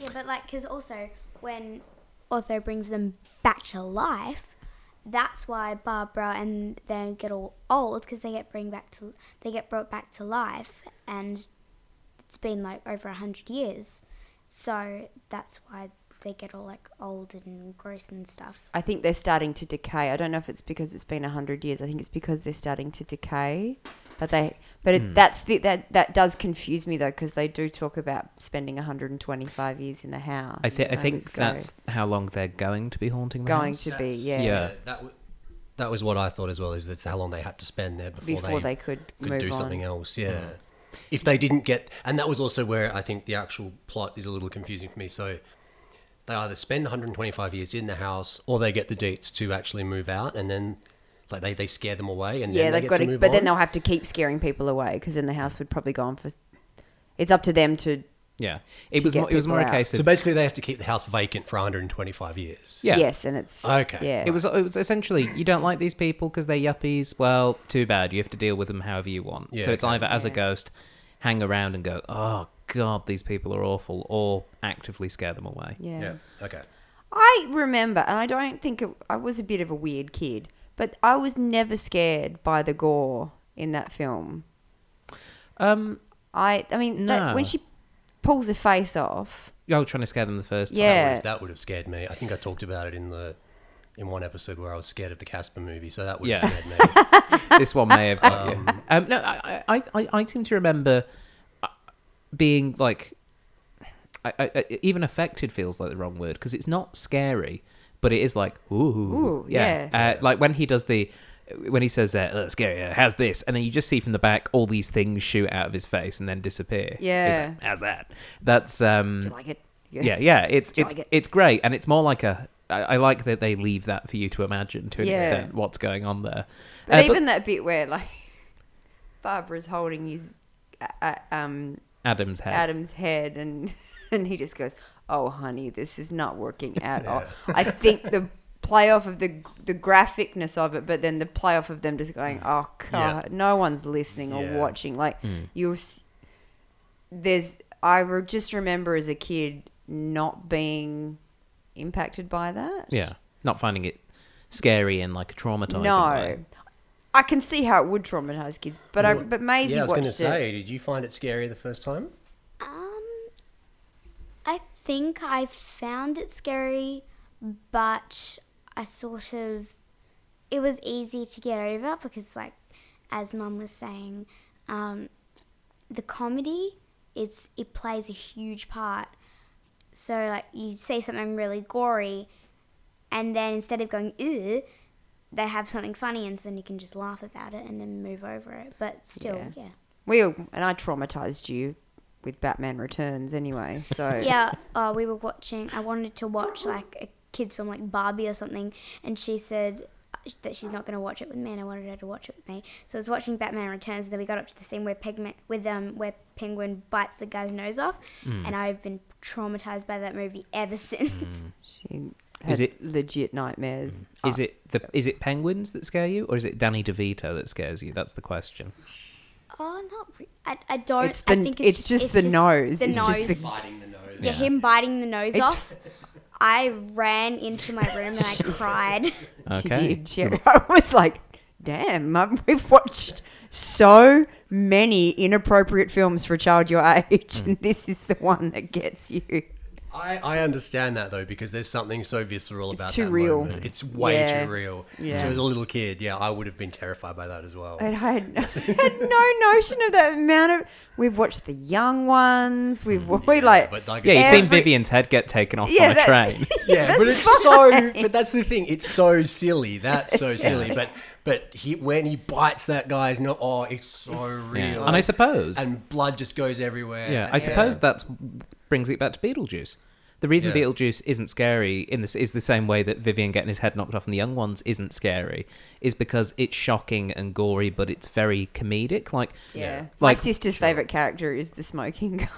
S4: Yeah, but like, because also when Otho brings them back to life, that's why Barbara and they get all old because they get bring back to they get brought back to life, and it's been like over a hundred years, so that's why they get all like old and gross and stuff.
S2: I think they're starting to decay. I don't know if it's because it's been hundred years. I think it's because they're starting to decay. But they, but
S1: Hmm.
S2: it, that's the, that that does confuse me though because they do talk about spending 125 years in the house.
S1: I, th- I
S2: always
S1: think
S2: go,
S1: that's how long they're going to be haunting the
S2: Going
S1: house.
S2: to be
S3: That's-
S2: yeah,
S1: Yeah.
S3: That w- that was what I thought as well. Is that's how long they had to spend there before,
S2: before they, could,
S3: could
S2: move
S3: do
S2: on.
S3: something else. Yeah.
S2: Mm.
S3: If they didn't get, and that was also where I think the actual plot is a little confusing for me. So they either spend 125 years in the house, or they get the deets to actually move out, and then like they, they scare them away, and
S2: Yeah,
S3: then they
S2: they've
S3: get
S2: got
S3: to
S2: to,
S3: move
S2: but
S3: on.
S2: then they'll have to keep scaring people away because then the house would probably go on for. It's up to them to
S1: Yeah. It
S2: To
S1: was
S2: get
S1: more, it was
S2: people
S1: more a
S2: out.
S1: case
S3: so
S1: of
S3: basically, they have to keep the house vacant for 125 years.
S1: yeah.
S2: yes, and it's
S3: Okay.
S2: Yeah,
S1: It was it was essentially you don't like these people because they're yuppies. Well, too bad. You have to deal with them however you want.
S3: Yeah,
S1: so it's
S3: okay.
S1: either as a
S2: Yeah.
S1: ghost, hang around and go, oh god, these people are awful, or actively scare them away.
S2: yeah.
S3: Yeah. Okay.
S2: I remember, and I don't think it, I was a bit of a weird kid, but I was never scared by the gore in that film.
S1: Um,
S2: I, I mean, that, when
S1: No.
S2: she pulls her face off,
S1: you're trying to scare them the first time.
S2: Yeah.
S3: That would have scared me. I think I talked about it in the in one episode where I was scared of the Casper movie, so that would
S1: Yeah.
S3: have scared me.
S1: this one may have got you. Um, no, I, I, I, I seem to remember uh, being like, I, I, I- even affected feels like the wrong word because it's not scary, but it is like, ooh,
S2: Ooh,
S1: Uh, like when he does the, when he says, uh, "Let's go, uh, how's this?" and then you just see from the back all these things shoot out of his face and then disappear. He's
S2: Yeah.
S1: like, how's that? That's um.
S2: Do you like it?
S1: yeah, yeah, it's
S2: Do you
S1: it's
S2: like it?
S1: it's great, and it's more like a. I, I like that they leave that for you to imagine to an
S2: Yeah.
S1: extent what's going on there.
S2: But
S1: Uh,
S2: even that bit where like Barbara's holding his uh, uh, um,
S1: Adam's head.
S2: Adam's head and and he just goes, "Oh, honey, this is not working at all." I think the playoff of the the graphicness of it, but then the playoff of them just going, "Oh
S3: Mm. Yeah.
S2: God, no one's listening or
S3: Yeah. Mm.
S2: watching." Like you're s- there's I re- just remember as a kid not being impacted by that.
S1: Yeah, not finding it scary and like traumatizing.
S2: No.
S1: way.
S2: I can see how it would traumatize kids, but I, but Maisie
S3: yeah, I was
S2: watched
S3: going
S2: it.
S3: to say, did you find it scary the first time?
S4: Um, I think I found it scary, but I sort of it was easy to get over because, like, as Mum was saying, um, the comedy it's it plays a huge part. So like you say something really gory, and then instead of going ew, they have something funny, and so then you can just laugh about it and then move over it. But still,
S2: Yeah.
S4: yeah.
S2: We all, and I traumatized you with Batman Returns anyway. So
S4: yeah, uh, we were watching. I wanted to watch like a kids film, like Barbie or something, and she said uh, that she's not going to watch it with me, and I wanted her to watch it with me. So I was watching Batman Returns, and then we got up to the scene where Pigment with um where Penguin bites the guy's nose off, and I've been traumatized by that movie ever since.
S2: she had
S1: Is it- Mm.
S2: legit nightmares.
S1: Is it the is it penguins that scare you, or is it Danny DeVito that scares you? That's the question.
S4: Oh, not. Re- I, I don't.
S2: It's the-
S4: I think it's,
S2: it's just the nose.
S4: The
S2: It's
S4: nose.
S2: just the-
S3: Biting the nose.
S4: yeah, him biting the nose
S2: It's-
S4: off. I ran into my room and I cried.
S2: Oh, She
S1: Okay.
S2: did. She, I was like, damn, Mum, we've watched so many inappropriate films for a child your age,
S1: Mm.
S2: and this is the one that gets you.
S3: I, I understand that though because there's something so visceral about
S2: too
S3: that
S2: real.
S3: moment. It's way
S2: Yeah.
S3: too real.
S2: Yeah.
S3: So as a little kid, yeah, I would have been terrified by that as well.
S2: And I had, I had no notion of that amount of. We've watched the young ones. We've we like
S3: but like
S1: Mm. Yeah, you've
S3: it's-
S1: seen
S2: Every-
S1: Vivian's head get taken off
S2: Yeah,
S1: on a
S2: that-
S1: train.
S3: yeah,
S2: That's
S3: but it's so. But that's the thing. It's so silly. That's so silly. But but he when he bites that guy's no. Oh, it's so real.
S1: And I suppose,
S3: and blood just goes everywhere.
S1: yeah, I suppose that brings it back to Beetlejuice. The reason
S3: Yeah.
S1: Beetlejuice isn't scary in this is the same way that Vivian getting his head knocked off in The Young Ones isn't scary, is because it's shocking and gory, but it's very comedic. Like,
S2: Yeah. My
S1: Like-
S2: sister's favorite character is the smoking guy.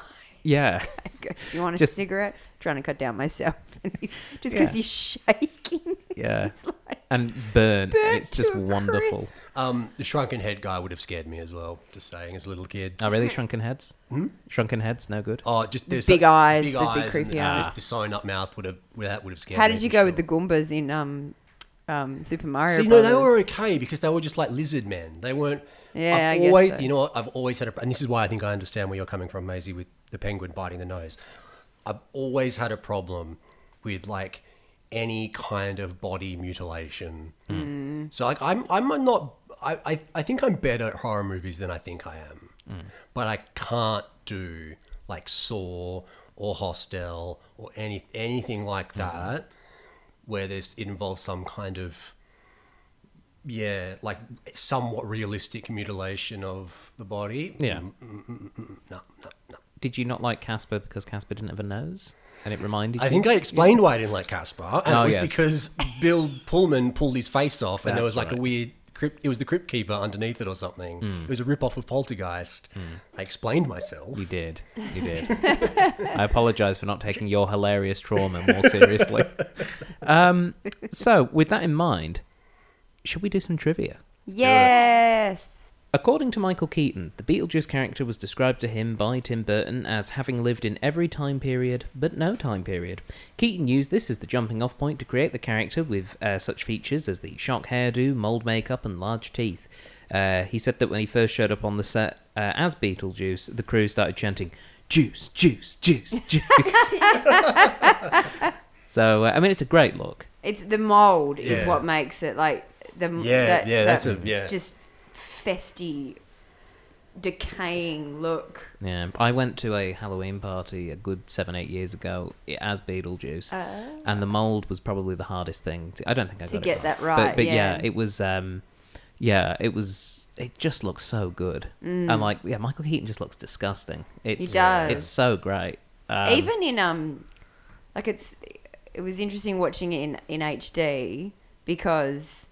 S1: yeah.
S2: He goes, you want a
S1: Just-
S2: cigarette? trying to cut down myself. And he's, just because
S1: Yeah.
S2: he's shaking. It's
S1: Yeah.
S2: just like,
S1: and burn.
S2: Burnt
S1: it's just
S2: to a
S1: wonderful.
S2: crisp.
S3: Um, the shrunken head guy would have scared me as well. Just saying, as a little kid.
S1: Oh, really? Shrunken heads?
S3: Hmm?
S1: Shrunken heads, no good.
S3: Oh, just there's
S2: big
S3: so-
S2: eyes, the big
S3: and
S2: creepy
S3: the,
S2: eyes.
S3: The sewn up mouth would have that would have scared.
S2: how
S3: me
S2: did you
S3: for
S2: go with the
S3: sure.
S2: Goombas in um, um, Super Mario?
S3: See, no, they
S2: Brothers?
S3: were okay because they were just like lizard men. They weren't.
S2: Yeah,
S3: I've
S2: I guess
S3: always,
S2: so.
S3: you know, what, I've always had a, and this is why I think I understand where you're coming from, Maisie, with the penguin biting the nose. I've always had a problem with like any kind of body mutilation.
S2: Mm.
S3: So like, I'm, I'm not. I, I, I think I'm better at horror movies than I think I am, but I can't do like Saw or Hostel or any anything like that where there's it involves some kind of yeah like somewhat realistic mutilation of the body
S1: Yeah.
S3: Mm, mm, mm, mm, mm, no no no
S1: Did you not like Casper because Casper didn't have a nose? And it reminded
S3: I
S1: you?
S3: think I explained why I didn't like Caspar, and
S1: Oh,
S3: it was
S1: yes.
S3: because Bill Pullman pulled his face off, and there
S1: That's
S3: was like
S1: right. Hmm.
S3: a weird crypt. It was the crypt keeper underneath it or something. It was a rip off of Poltergeist. I explained myself.
S1: You did. You did. I apologize for not taking your hilarious trauma more seriously. um, so, with that in mind, should we do some trivia?
S2: Yes.
S1: According to Michael Keaton, the Beetlejuice character was described to him by Tim Burton as having lived in every time period, but no time period. Keaton used this as the jumping off point to create the character with uh, such features as the shock hairdo, mold makeup, and large teeth. Uh, he said that when he first showed up on the set uh, as Beetlejuice, the crew started chanting, Juice, juice, juice, juice. so, uh, I mean, it's a great look.
S2: It's the mold is
S3: Yeah.
S2: what makes it like the
S3: Yeah,
S2: that-
S3: yeah, that's
S2: that
S3: a- yeah.
S2: just festy, decaying look.
S1: Yeah, Um, I went to a Halloween party a good seven, eight years ago i- as Beetlejuice, and the mold was probably the hardest thing. To, I don't think I
S2: Oh. To
S1: got it
S2: get
S1: right.
S2: that
S1: But-
S2: right,
S1: But, yeah.
S2: yeah.
S1: it was. Um, yeah, it was. It just looks so good, and like yeah, Michael Keaton just looks disgusting. It's
S2: Mm. He does.
S1: It's so great. Um,
S2: Even in um, like it's it was interesting watching it in in HD because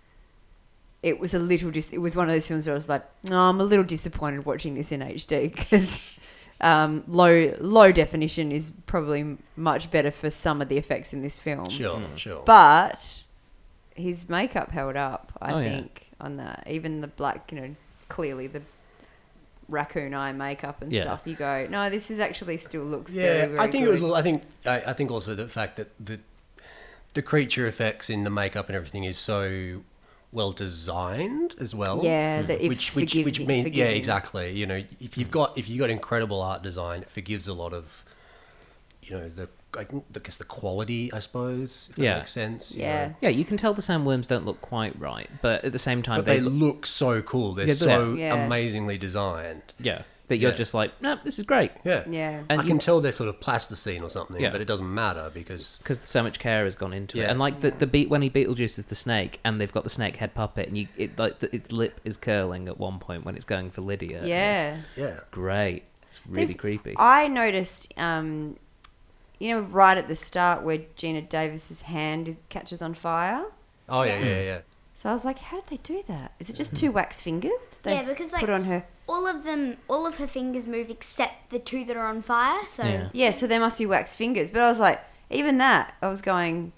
S2: it was a little dis- it was one of those films where I was like, no, I'm a little disappointed watching this in HD because um, low low definition is probably much better for some of the effects in this film.
S3: Sure,
S1: Hmm.
S3: sure.
S2: But his makeup held up, I
S1: Oh, yeah.
S2: think, on that. Even the black, you know, clearly the raccoon eye makeup and
S1: Yeah.
S2: stuff. You go, no, this is actually still looks
S3: yeah,
S2: very, very
S3: I think it
S2: good."
S3: was. I think I, I think also the fact that the the creature effects in the makeup and everything is so well designed as well. Hmm.
S2: Yeah, the if
S3: which which
S2: forgive-
S3: which means yeah
S2: forgiving.
S3: exactly you know if you've got if you've got incredible art design it forgives a lot of you know the I can- I guess the quality I suppose if
S1: Yeah.
S3: that makes sense you
S2: Yeah.
S3: know.
S1: yeah, you can tell the sandworms don't look quite right, but at the same time
S3: but
S1: they,
S3: they look so cool they're
S1: Yeah, they-
S3: so
S2: Yeah.
S3: amazingly designed
S1: yeah that you're
S3: Yeah.
S1: just like no, this is great
S3: yeah
S2: Yeah.
S1: And
S3: I
S1: you-
S3: can tell they're sort of plasticine or something
S1: Yeah.
S3: but it doesn't matter because
S1: because so much care has gone into it.
S3: Yeah.
S1: And like the the beat when he Beetlejuices the snake, and they've got the snake head puppet, and you it like the, its lip is curling at one point when it's going for Lydia. and it's
S2: Yeah.
S3: yeah
S1: great. It's really
S2: There's-
S1: creepy.
S2: I noticed, um, you know, right at the start where Gina Davis's hand is, catches on fire.
S3: oh
S1: Hmm.
S3: yeah yeah yeah
S2: So I was like, how did they do that? Is it just two wax fingers? that They
S4: Yeah, because, like-
S2: put on her.
S4: All of them, all of her fingers move except the two that are on fire. So
S1: Yeah.
S2: Yeah, so there must be wax fingers. But I was like, even that, I was going,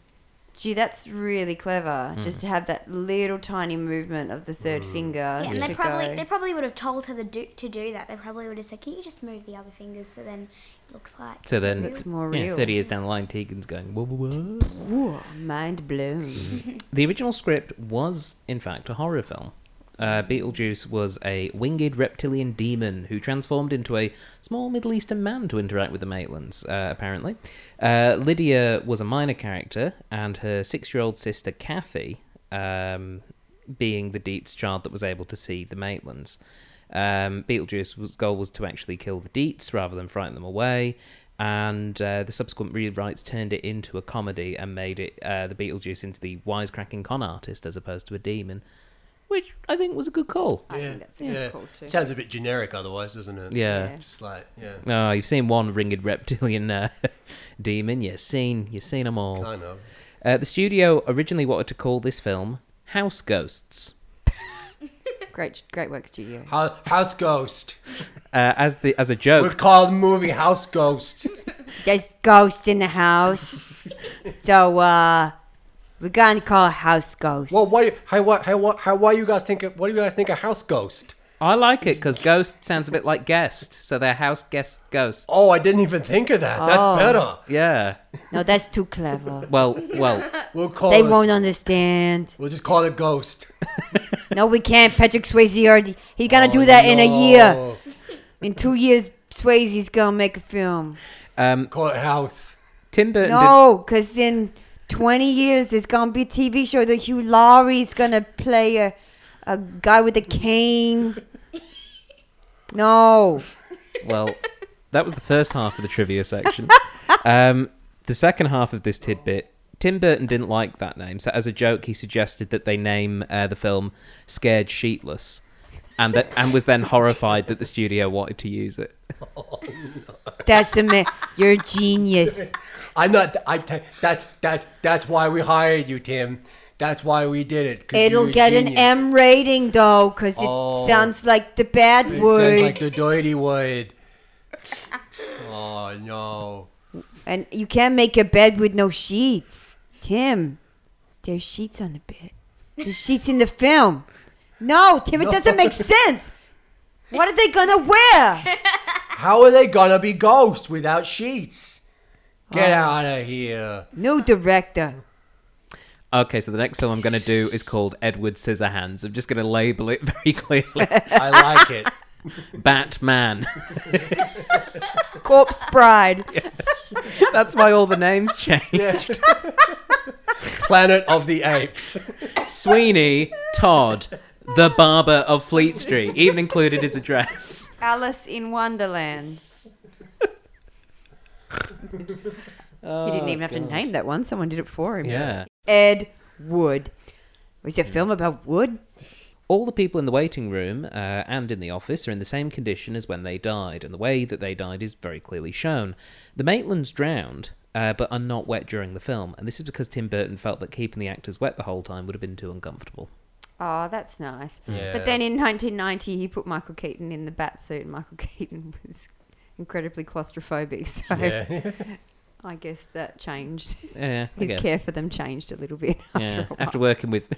S2: gee, that's really clever.
S3: Hmm.
S2: Just to have that little tiny movement of the third
S3: Mm.
S2: finger.
S4: Yeah, and
S2: to
S4: they probably
S2: go.
S4: they probably would have told her to do, to do that. They probably would have said, "Can you just move the other fingers so then it looks like."
S1: so then,
S2: Looks more
S1: yeah,
S2: real.
S1: Thirty years down the line, Tegan's going. Whoa, whoa, whoa.
S2: Whoa, mind blown.
S1: The original script was, in fact, a horror film. Uh, Beetlejuice was a winged reptilian demon who transformed into a small Middle Eastern man to interact with the Maitlands, uh, apparently. Uh, Lydia was a minor character, and her six year old sister, Kathy, um, being the Dietz child that was able to see the Maitlands. Um, Beetlejuice's goal was to actually kill the Deets rather than frighten them away, and uh, the subsequent rewrites turned it into a comedy and made it uh, the Beetlejuice into the wisecracking con artist as opposed to a demon, which I think was a good call.
S2: I think that's really
S3: yeah.
S2: cool too.
S3: Sounds a bit generic otherwise, doesn't it?
S1: Yeah. Yeah.
S3: Just like, yeah,
S1: No, Ah, you've seen one ringed reptilian uh, demon. You've seen you've seen them all.
S3: kind of.
S1: Uh, the studio originally wanted to call this film House Ghosts.
S2: Great, great work, studio.
S3: House, house Ghost.
S1: Uh, as the as a joke,
S3: We're called the movie House Ghost.
S2: There's ghosts in the house. so, uh, we're going to call it House Ghost.
S3: well, why, how, why, how, why, how, why you guys think of, what do you guys think of House Ghost?
S1: I like it because ghost sounds a bit like guest, so they're house guest ghosts.
S3: Oh, I didn't even think of that. That's
S2: Oh.
S3: better.
S1: yeah.
S2: No, that's too clever.
S1: Well, well,
S3: We'll call
S2: they
S3: it,
S2: won't understand.
S3: we'll just call it Ghost.
S2: No, we can't. Patrick Swayze already. He's gonna
S3: Oh,
S2: do that in a year.
S3: no.
S2: In two years, Swayze's gonna make a film.
S1: um,
S3: Call it House.
S1: Tim Burton.
S2: No, because in 20 years, there's going to be a TV show that Hugh Laurie's going to play a, a guy with a cane. No.
S1: Did, well, that was the first half of the trivia section. Um, the second half of this tidbit, Tim Burton didn't like that name, so as a joke, he suggested that they name uh, the film "Scared Sheetless," and that and was then horrified that the studio wanted to use it.
S2: That's a man. You're a genius.
S3: I'm not, I, t- that's, that's, that's why we hired you, Tim. That's why we did it. 'cause
S2: It'll
S3: you're a
S2: get an
S3: genius.
S2: M rating, though, because it
S3: Oh.
S2: sounds like the bad
S3: It
S2: word.
S3: sounds like the dirty word. Oh, no.
S2: and you can't make a bed with no sheets. Tim, there's sheets on the bed. There's sheets in the film. No, Tim, it doesn't make sense. What are they going to wear?
S3: How are they gonna be ghosts without sheets? Get
S1: Oh.
S3: out of here.
S2: New director.
S1: Okay, so the next film I'm going to do is called Edward Scissorhands. I'm just going to label it very clearly:
S3: I like it.
S1: Batman.
S2: Corpse Bride.
S1: That's why all the names changed.
S3: Planet of the Apes.
S1: Sweeney Todd, the barber of Fleet Street, even included his address.
S2: Alice in Wonderland. he didn't even have to name that one. Someone did it for him.
S1: Oh, Yeah.
S2: Ed Wood. Was there a film about wood?
S1: All the people in the waiting room uh, and in the office are in the same condition as when they died, and the way that they died is very clearly shown. The Maitlands drowned, uh, but are not wet during the film, and this is because Tim Burton felt that keeping the actors wet the whole time would have been too uncomfortable.
S2: Oh, that's nice.
S3: Yeah.
S2: But then in 1990, he put Michael Keaton in the bat suit, and Michael Keaton was incredibly claustrophobic. So
S3: Yeah.
S2: I guess that changed.
S1: Yeah, I
S2: His
S1: guess.
S2: care for them changed a little bit after
S1: yeah.
S2: a while.
S1: After working with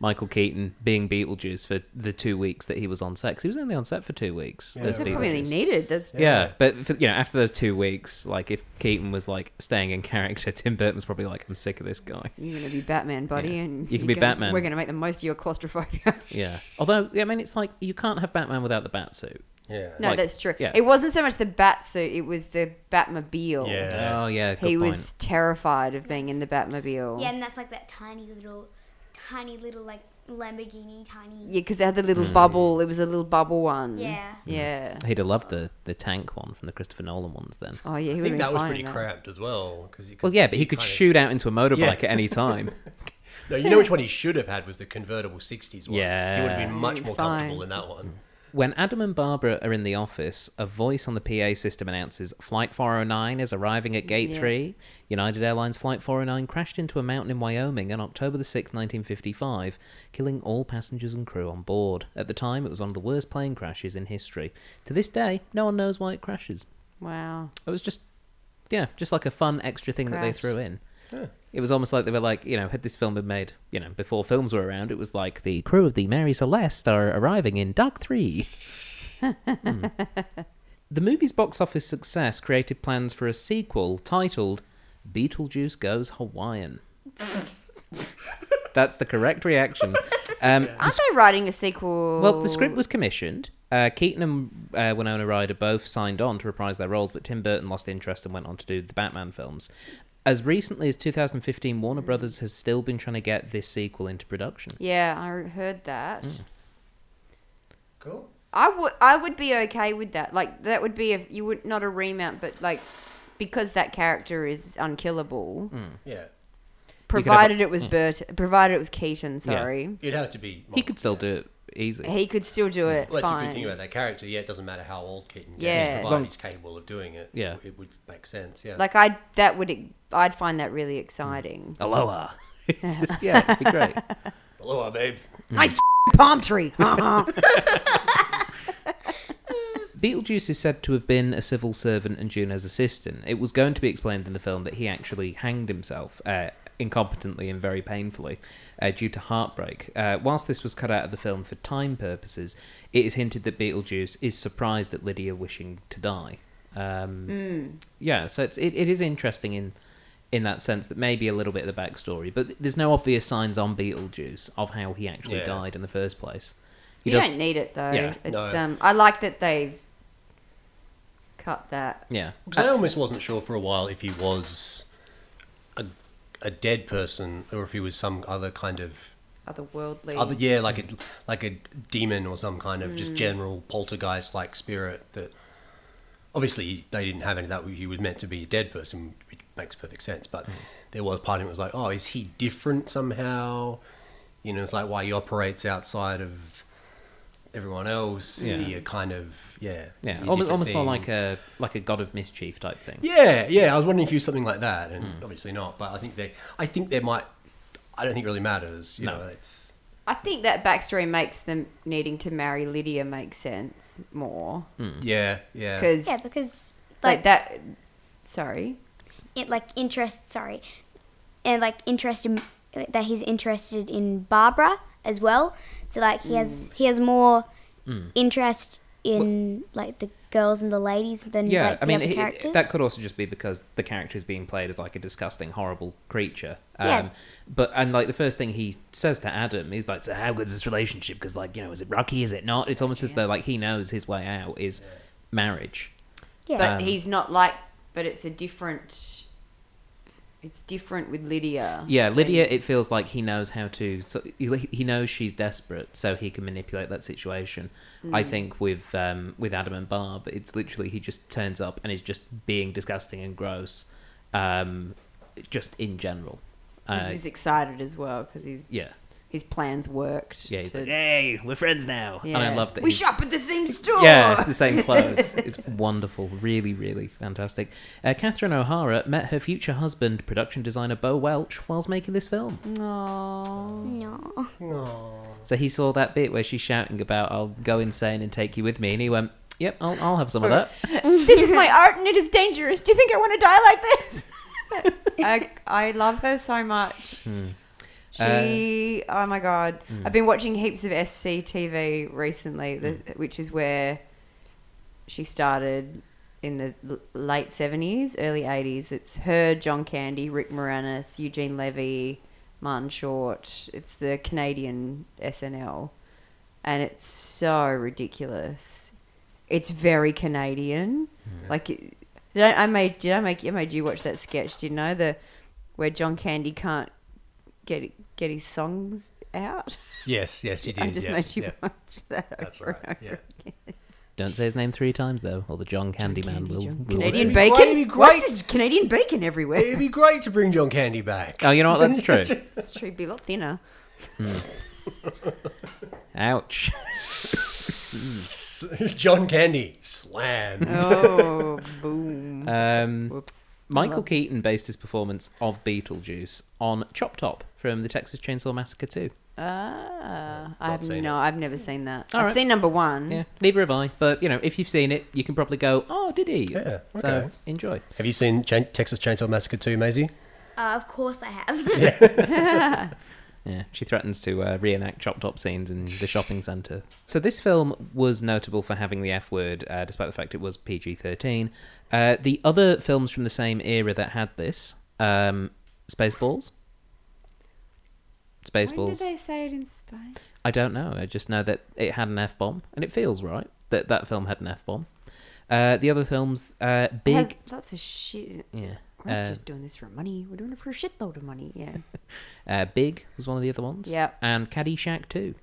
S1: Michael Keaton being Beetlejuice for the two weeks that he was on set, 'cause he was only on set for two weeks.
S3: Yeah.
S1: as
S2: That's probably
S1: Beetlejuice.
S2: needed. That's
S1: Yeah,
S3: Yeah.
S1: but for, you know, after those two weeks, like if Keaton was like staying in character, Tim Burton was probably like, "I'm sick of this guy."
S2: You're going to be Batman, buddy,
S1: Yeah.
S2: and
S1: You can
S2: you're
S1: be
S2: gonna-
S1: Batman.
S2: We're going to make the most of your claustrophobia.
S1: Yeah. Although, I mean, it's like you can't have Batman without the Batsuit.
S3: Yeah.
S2: no,
S1: Like,
S2: that's true.
S1: yeah.
S2: It wasn't so much the bat suit; it was the Batmobile.
S3: Yeah.
S1: Oh yeah, good
S2: he
S1: point.
S2: was terrified of being in the Batmobile.
S4: Yeah, and that's like that tiny little, tiny little like Lamborghini, tiny.
S2: Yeah, because it had the
S1: Hmm.
S2: little bubble. It was a little bubble one.
S4: Yeah.
S2: Yeah.
S1: He'd have loved the the tank one from the Christopher Nolan ones then.
S2: Oh yeah, he would have
S3: I think
S2: been
S3: that was
S2: fine
S4: pretty
S2: in
S3: pretty cramped as well. Cause, 'cause
S1: Well, yeah, but he could
S3: kind of-
S1: shoot out into a motorbike
S3: Yeah.
S1: at any time.
S3: No, you know which one he should have had was the convertible 60s one. He would have
S1: Yeah.
S3: been much more comfortable
S2: Fine.
S3: in that one.
S1: When Adam and Barbara are in the office, a voice on the PA system announces Flight 409 is arriving at Gate
S2: Yeah.
S1: 3. United Airlines Flight 409 crashed into a mountain in Wyoming on October the 6th, 1955, killing all passengers and crew on board. At the time, it was one of the worst plane crashes in history. To this day, no one knows why it crashes.
S2: Wow.
S1: It was just, yeah, just like a fun extra
S2: Just
S1: thing that they
S2: crashed.
S1: threw in. It was almost like they were like, you know, had this film been made, you know, before films were around, it was like the crew of the Mary Celeste are arriving in Dark 3. Hmm. The movie's box office success created plans for a sequel titled Beetlejuice Goes Hawaiian. That's the correct reaction. Um, the
S2: Aren't they writing a sequel?
S1: well, the
S2: Oh.
S1: script was commissioned. Uh, Keaton and uh, Winona Ryder both signed on to reprise their roles, but Tim Burton lost interest and went on to do the Batman films. As recently as 2015, Warner Brothers has still been trying to get this sequel into production.
S2: Yeah, I heard that.
S1: Hmm.
S3: Cool.
S2: I would I would be okay with that. Like that would be a you would not a remount, but like because that character is unkillable.
S3: Yeah.
S1: have a- Mm.
S2: Provided it was Bert, provided it was Keaton. Sorry,
S3: It'd have to be.
S1: He could still do it easy.
S2: he could still do
S1: Mm.
S2: it.
S3: Well, that's
S2: fine.
S3: a good thing about that character. Yeah, it doesn't matter how old Keaton gets.
S2: Yeah.
S1: As
S3: Provided
S1: long-
S3: he's capable of doing it.
S1: Yeah.
S3: It would make sense. Yeah.
S2: Like I that would I'd find that
S1: Mm.
S2: really exciting.
S1: Aloha. Just- yeah, it'd be great.
S3: Hello, babes.
S2: Nice palm tree. Uh-huh.
S1: Beetlejuice is said to have been a civil servant and Juno's assistant. It was going to be explained in the film that he actually hanged himself uh, incompetently and very painfully uh, due to heartbreak. Uh, whilst this was cut out of the film for time purposes, it is hinted that Beetlejuice is surprised at Lydia wishing to die. Um, Yeah, so it's, it, it is interesting in in that sense that maybe a little bit of the backstory, but there's no obvious signs on Beetlejuice of how he actually
S3: Yeah.
S1: died in the first place. He
S2: you
S1: does-
S2: don't need it though.
S1: Yeah.
S2: it's
S3: No.
S2: um I like that they've cut that.
S1: yeah.
S3: Because I almost wasn't sure for a while if he was a, a dead person or if he was some other kind of
S2: Otherworldly.
S3: other yeah, like a like a demon or some kind of
S1: Mm.
S3: just general poltergeist like spirit that obviously they didn't have any of that he was meant to be a dead person, which makes perfect sense. But there was part of it was like, Oh, is he different somehow? You know, it's like why he operates outside of everyone else. Is he a kind of yeah. is
S1: Yeah,
S3: he a
S1: almost,
S3: different
S1: almost more
S3: thing?
S1: like a like a god of mischief type thing.
S3: Yeah, yeah. I was wondering if you was something like that, and
S1: Hmm.
S3: obviously not. But I think they, I think they might. I don't think it really matters. You
S1: No.
S3: know, it's
S2: I think that backstory makes them needing to marry Lydia make sense more
S1: Hmm.
S3: yeah, yeah.
S2: because
S4: Yeah, because
S2: like,
S4: like,
S2: that. Sorry,
S4: it, like interest. Sorry, and like interest in, that he's interested in Barbara as well. So like he has
S2: Mm.
S4: he has more interest in like the girls and the ladies than
S1: Yeah,
S4: like,
S1: I
S4: the
S1: mean
S4: other
S1: it-
S4: characters.
S1: that could also just be because the character is being played as like a disgusting, horrible creature. Um,
S4: Yeah.
S1: But and like the first thing he says to Adam, he's like, "So how good's this relationship? Because like you know, is it rocky? Is it not? It's almost as though like he knows his way out is marriage.
S4: yeah.
S1: Um,
S2: but he's not like. But it's a different It's different with Lydia.
S1: Yeah, Lydia. It feels like he knows how to. So he he knows she's desperate, so he can manipulate that situation.
S2: Mm.
S1: I think with um, with Adam and Barb, it's literally he just turns up and is just being disgusting and gross, um, just in general. Uh,
S2: he's excited as well because he's
S1: yeah,
S2: his plans worked.
S1: yeah. He's
S2: to-
S1: like, hey, we're friends now, and I
S2: Yeah.
S1: love that.
S2: We
S1: he's-
S2: shop at the same store.
S1: Yeah, the same clothes. it's wonderful. Really, really fantastic. Uh, Catherine O'Hara met her future husband, production designer Bo Welch, whilst making this film.
S2: Aww.
S4: No.
S1: So he saw that bit where she's shouting about, I'll go insane and take you with me. And he went, Yep, I'll, I'll have some of that.
S2: this is my art and it is dangerous. Do you think I want to die like this? I, I love her so much.
S1: Hmm. Uh,
S2: She, oh my god. I've been watching heaps of SCTV recently, the,
S1: Hmm.
S2: which is where she started in the l- late 70s, early 80s. It's her, John Candy, Rick Moranis, Eugene Levy, Martin Short. It's the Canadian SNL. And it's so ridiculous. It's very Canadian. Like it- did I, I made did I make I made you watch that sketch, didn't I? The where John Candy can't get get his songs out.
S3: Yes, yes, you did.
S2: I just
S3: yeah,
S2: made you
S3: yeah.
S2: watch that.
S3: That's
S2: over and
S3: right. Yeah.
S2: over.
S1: Don't say his name three times, though, or the John Candyman will.
S2: John-
S1: will
S2: Canadian
S1: watch
S3: be great,
S2: bacon.
S3: it'd be great.
S2: What's this Canadian bacon everywhere?
S3: It'd be great to bring John Candy back.
S1: it. Oh, you know what? That's true.
S2: It's true, be a lot thinner.
S1: Ouch.
S3: S- John Candy slammed.
S2: Oh, boom!
S1: Um,
S2: Whoops.
S1: Michael Keaton based his performance of Beetlejuice on Chop Top from the Texas Chainsaw Massacre 2.
S2: Ah, I have
S3: seen
S2: no. I've never seen that.
S1: All
S2: I've
S1: right.
S2: seen number one.
S1: Yeah, neither have I. But, you know, if you've seen it, you can probably go, oh, did he?
S3: Yeah,
S1: So
S3: okay.
S1: enjoy.
S3: Have you seen Ch- Texas Chainsaw Massacre 2, Maisie?
S4: Uh, of course I have.
S1: Yeah, she threatens to uh, reenact chopped up scenes in the shopping centre. So this film was notable for having the F word, uh, despite the fact it was PG thirteen. Uh, the other films from the same era that had this, um, Spaceballs.
S2: When did
S1: Spaceballs.
S2: they say it in Spain?
S1: I don't know. I just know that it had an F bomb, and it feels right that that film had an F bomb. Uh, the other films, uh, big.
S2: Has, that's a shit.
S1: yeah.
S2: We're
S1: uh,
S2: not just doing this for money. We're doing it for a shitload of money. Yeah.
S1: uh, Big was one of the other ones.
S2: Yep.
S1: And Caddyshack too.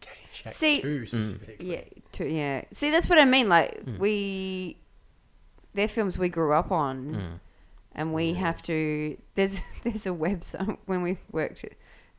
S3: Caddyshack
S2: See-
S3: 2 specifically.
S2: yeah. To, yeah. See, that's what I mean. Like
S3: Hmm.
S2: we, they're films we grew up on,
S3: Hmm.
S2: and we have to. There's there's a website when we worked,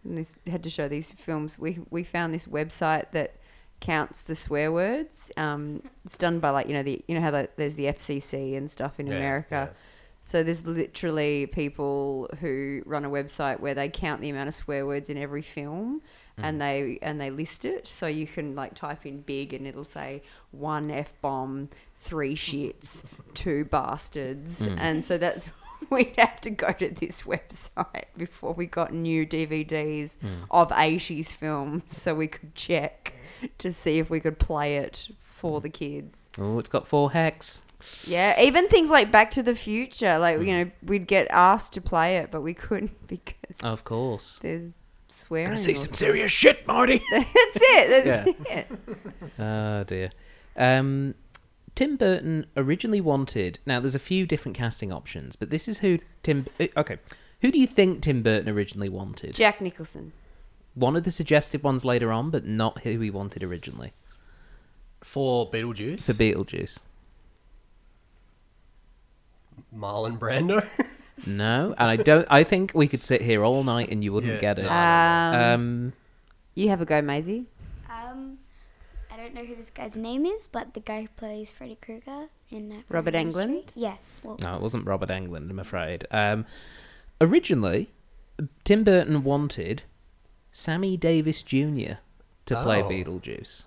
S2: and this had to show these films. We we found this website that counts the swear words. Um, it's done by like you know the you know how like, there's the FCC and stuff in
S3: Yeah,
S2: America.
S3: yeah.
S2: So there's literally people who run a website where they count the amount of swear words in every film and they and they list it. So you can like type in big and it'll say one F bomb, three shits, two bastards. And so that's we'd have to go to this website before we got new DVDs of 80s films so we could check to see if we could play it for the kids.
S1: Oh, it's got four hex.
S2: Yeah, even things like Back to the Future, like you know, we'd get asked to play it, but we couldn't because
S1: Of course.
S2: there's swearing. or-
S3: serious shit, Marty.
S2: that's it. That's it.
S1: Oh dear. Um, Tim Burton originally wanted. Now there's a few different casting options, but this is who Tim. uh, Okay, who do you think Tim Burton originally wanted?
S2: Jack Nicholson.
S1: One of the suggested ones later on, but not who he wanted originally
S3: For Beetlejuice.
S1: for Beetlejuice.
S3: Marlon Brando.
S1: No, and I don't. I think we could sit here all night and you wouldn't
S3: Yeah,
S1: get it.
S3: no.
S2: Um,
S1: Um,
S2: you have a go, Maisie.
S4: um, I don't know who this guy's name is, but the guy who plays Freddy Krueger in uh,
S2: Robert
S4: Elm
S2: Englund?
S4: Street. Yeah. Well,
S1: No, it wasn't Robert Englund, I'm afraid. Um, originally, Tim Burton wanted Sammy Davis Jr. to play
S3: Oh.
S1: Beetlejuice.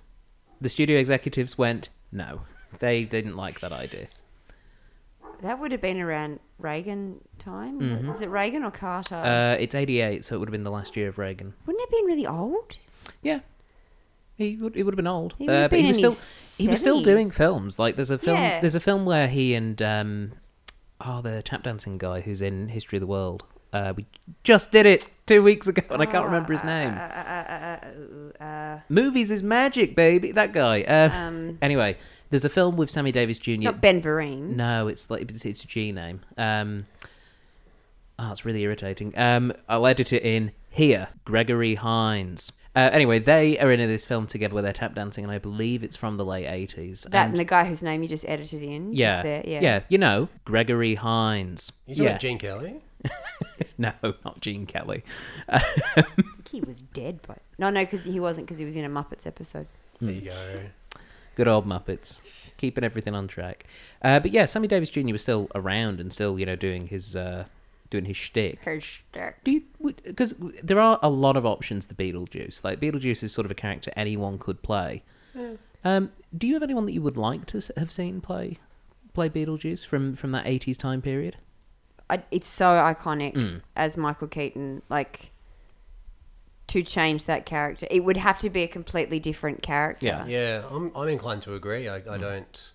S1: The studio executives went, no, they didn't like that idea.
S2: That would have been around Reagan time. Was it Reagan or Carter?
S1: Uh, it's 88, so it would have been the last year of Reagan.
S2: Wouldn't it have been really old?
S1: Yeah. He would, he would have been old, Uh,
S2: He would have
S1: but
S2: been
S1: he was
S2: in
S1: still
S2: his
S1: he was still doing
S2: 70s.
S1: films. Like there's a film
S2: Yeah.
S1: there's a film where he and um, oh the tap dancing guy who's in History of the World. Uh, we just did it two weeks ago, and I can't remember his
S2: Uh,
S1: name. Movies is magic, baby. That guy. Uh,
S2: Um,
S1: anyway, there's a film with Sammy Davis Jr.
S2: Not Ben Vereen.
S1: no, it's like it's, it's a G name. Um, Oh, it's really irritating. Um, I'll edit it in here. Gregory Hines. Uh, anyway, they are in this film together where they're tap dancing, and I believe it's from the late 80s.
S2: That and,
S1: And-
S2: the guy whose name you just edited in. just
S1: yeah,
S2: there, yeah.
S1: you know, Gregory Hines.
S3: You talking
S1: yeah.
S3: about Gene Kelly?
S1: no, not Gene Kelly.
S2: I think he was dead, but no, no, because he wasn't, because he was in a Muppets episode.
S3: There you
S1: Hmm.
S3: go.
S1: Good old Muppets, keeping everything on track. Uh, but yeah, Sammy Davis Jr. was still around and still, you know, doing his uh, doing his shtick.
S2: Hashtag.
S1: Do you? Because there are a lot of options to Beetlejuice. Like Beetlejuice is sort of a character anyone could play. Um, do you have anyone that you would like to s- have seen play play Beetlejuice from from that eighties time period?
S2: I, it's so iconic as Michael Keaton. Like to change that character, it would have to be a completely different character.
S1: Yeah.
S3: Yeah, I'm, I'm inclined to agree. I, I
S1: Hmm.
S3: don't,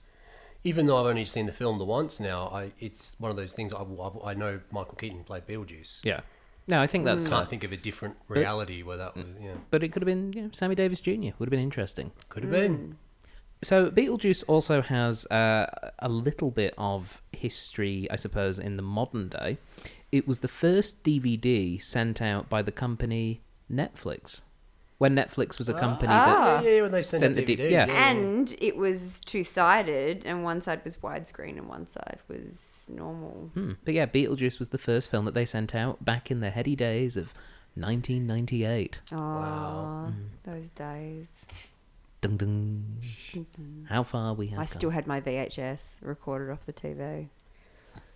S3: even though I've only seen the film the once now, I it's one of those things I, I- I know Michael Keaton played Beetlejuice.
S1: Yeah. No, I think that's
S3: I
S1: fine.
S3: can't think of a different reality where that was. Yeah,
S1: But it could have been you know, Sammy Davis Jr. would have been interesting.
S3: could have been.
S1: So Beetlejuice also has uh, a little bit of history, I suppose, in the modern day. It was the first DVD sent out by the company Netflix, when Netflix was a company that
S3: Ah. Yeah, yeah, yeah, when they sent,
S1: Sent
S3: the
S1: the D-
S3: DVDs.
S1: yeah.
S2: And it was two sided, and one side was widescreen, and one side was normal.
S1: Hmm. But yeah, Beetlejuice was the first film that they sent out back in the heady days of 1998.
S2: Oh,
S3: Mm.
S2: those days.
S1: Dun dun. How far we have
S2: I
S1: come.
S2: still had my VHS recorded off the TV.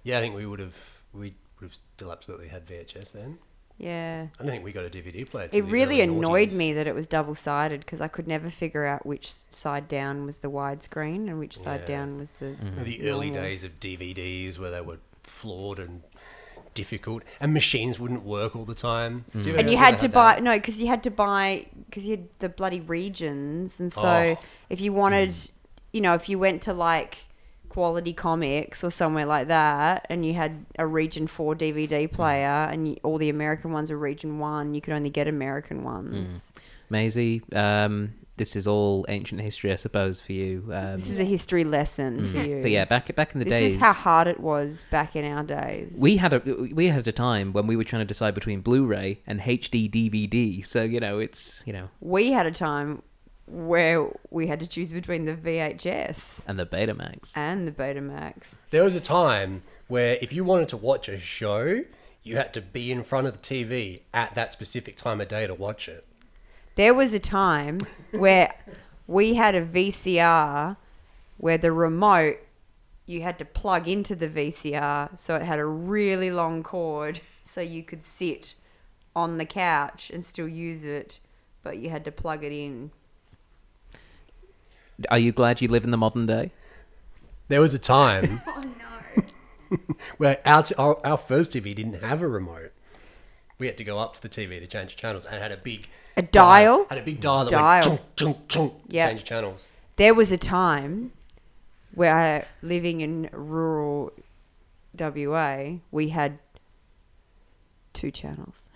S3: Yeah, I think we would have we would have still absolutely had VHS then.
S2: Yeah.
S3: I don't think we got a DVD player. till
S2: It
S3: the
S2: really
S3: early
S2: annoyed
S3: 90s.
S2: me that it was double sided because I could never figure out which s- side down was the widescreen and which side
S3: Yeah. Mm.
S2: down was the.
S3: The early
S2: normal.
S3: days of DVDs where they were flawed and difficult, and machines wouldn't work all the time.
S1: Hmm.
S3: Do ever
S2: And you
S3: remember
S2: had to
S3: that?
S2: buy no, because you had to buy because you had the bloody regions, and so
S3: Oh.
S2: if you wanted,
S1: Mm.
S2: you know, if you went to like quality comics or somewhere like that, and you had a region four DVD
S1: Mm.
S2: player, and you, all the American ones were region one, you could only get American ones.
S1: Maisie, um, this is all ancient history, I suppose, for you. Um, hmm.
S2: This is a history lesson for you.
S1: Mm. but yeah, back back in the
S2: this
S1: days.
S2: is how hard it was back in our days.
S1: we had a we had a time when we were trying to decide between Blu-ray and HD DVD. So you know, it's you know,
S2: we had a time where we had to choose between the VHS
S1: and the Betamax.
S2: and the Betamax.
S3: There was a time where if you wanted to watch a show, you had to be in front of the TV at that specific time of day to watch it.
S2: There was a time where we had a VCR where the remote you had to plug into the VCR, so it had a really long cord, so you could sit on the couch and still use it, but you had to plug it in.
S1: Are you glad you live in the modern day?
S3: There was a time
S4: Oh no.
S3: where our, t- our, our first TV didn't have a remote. We had to go up to the TV to change channels and it had a big
S2: A dial?
S3: Had a big dial that
S2: Dial.
S3: went chunk, chunk, chunk to
S2: Yep.
S3: change channels.
S2: There was a time where living in rural WA, we had two channels.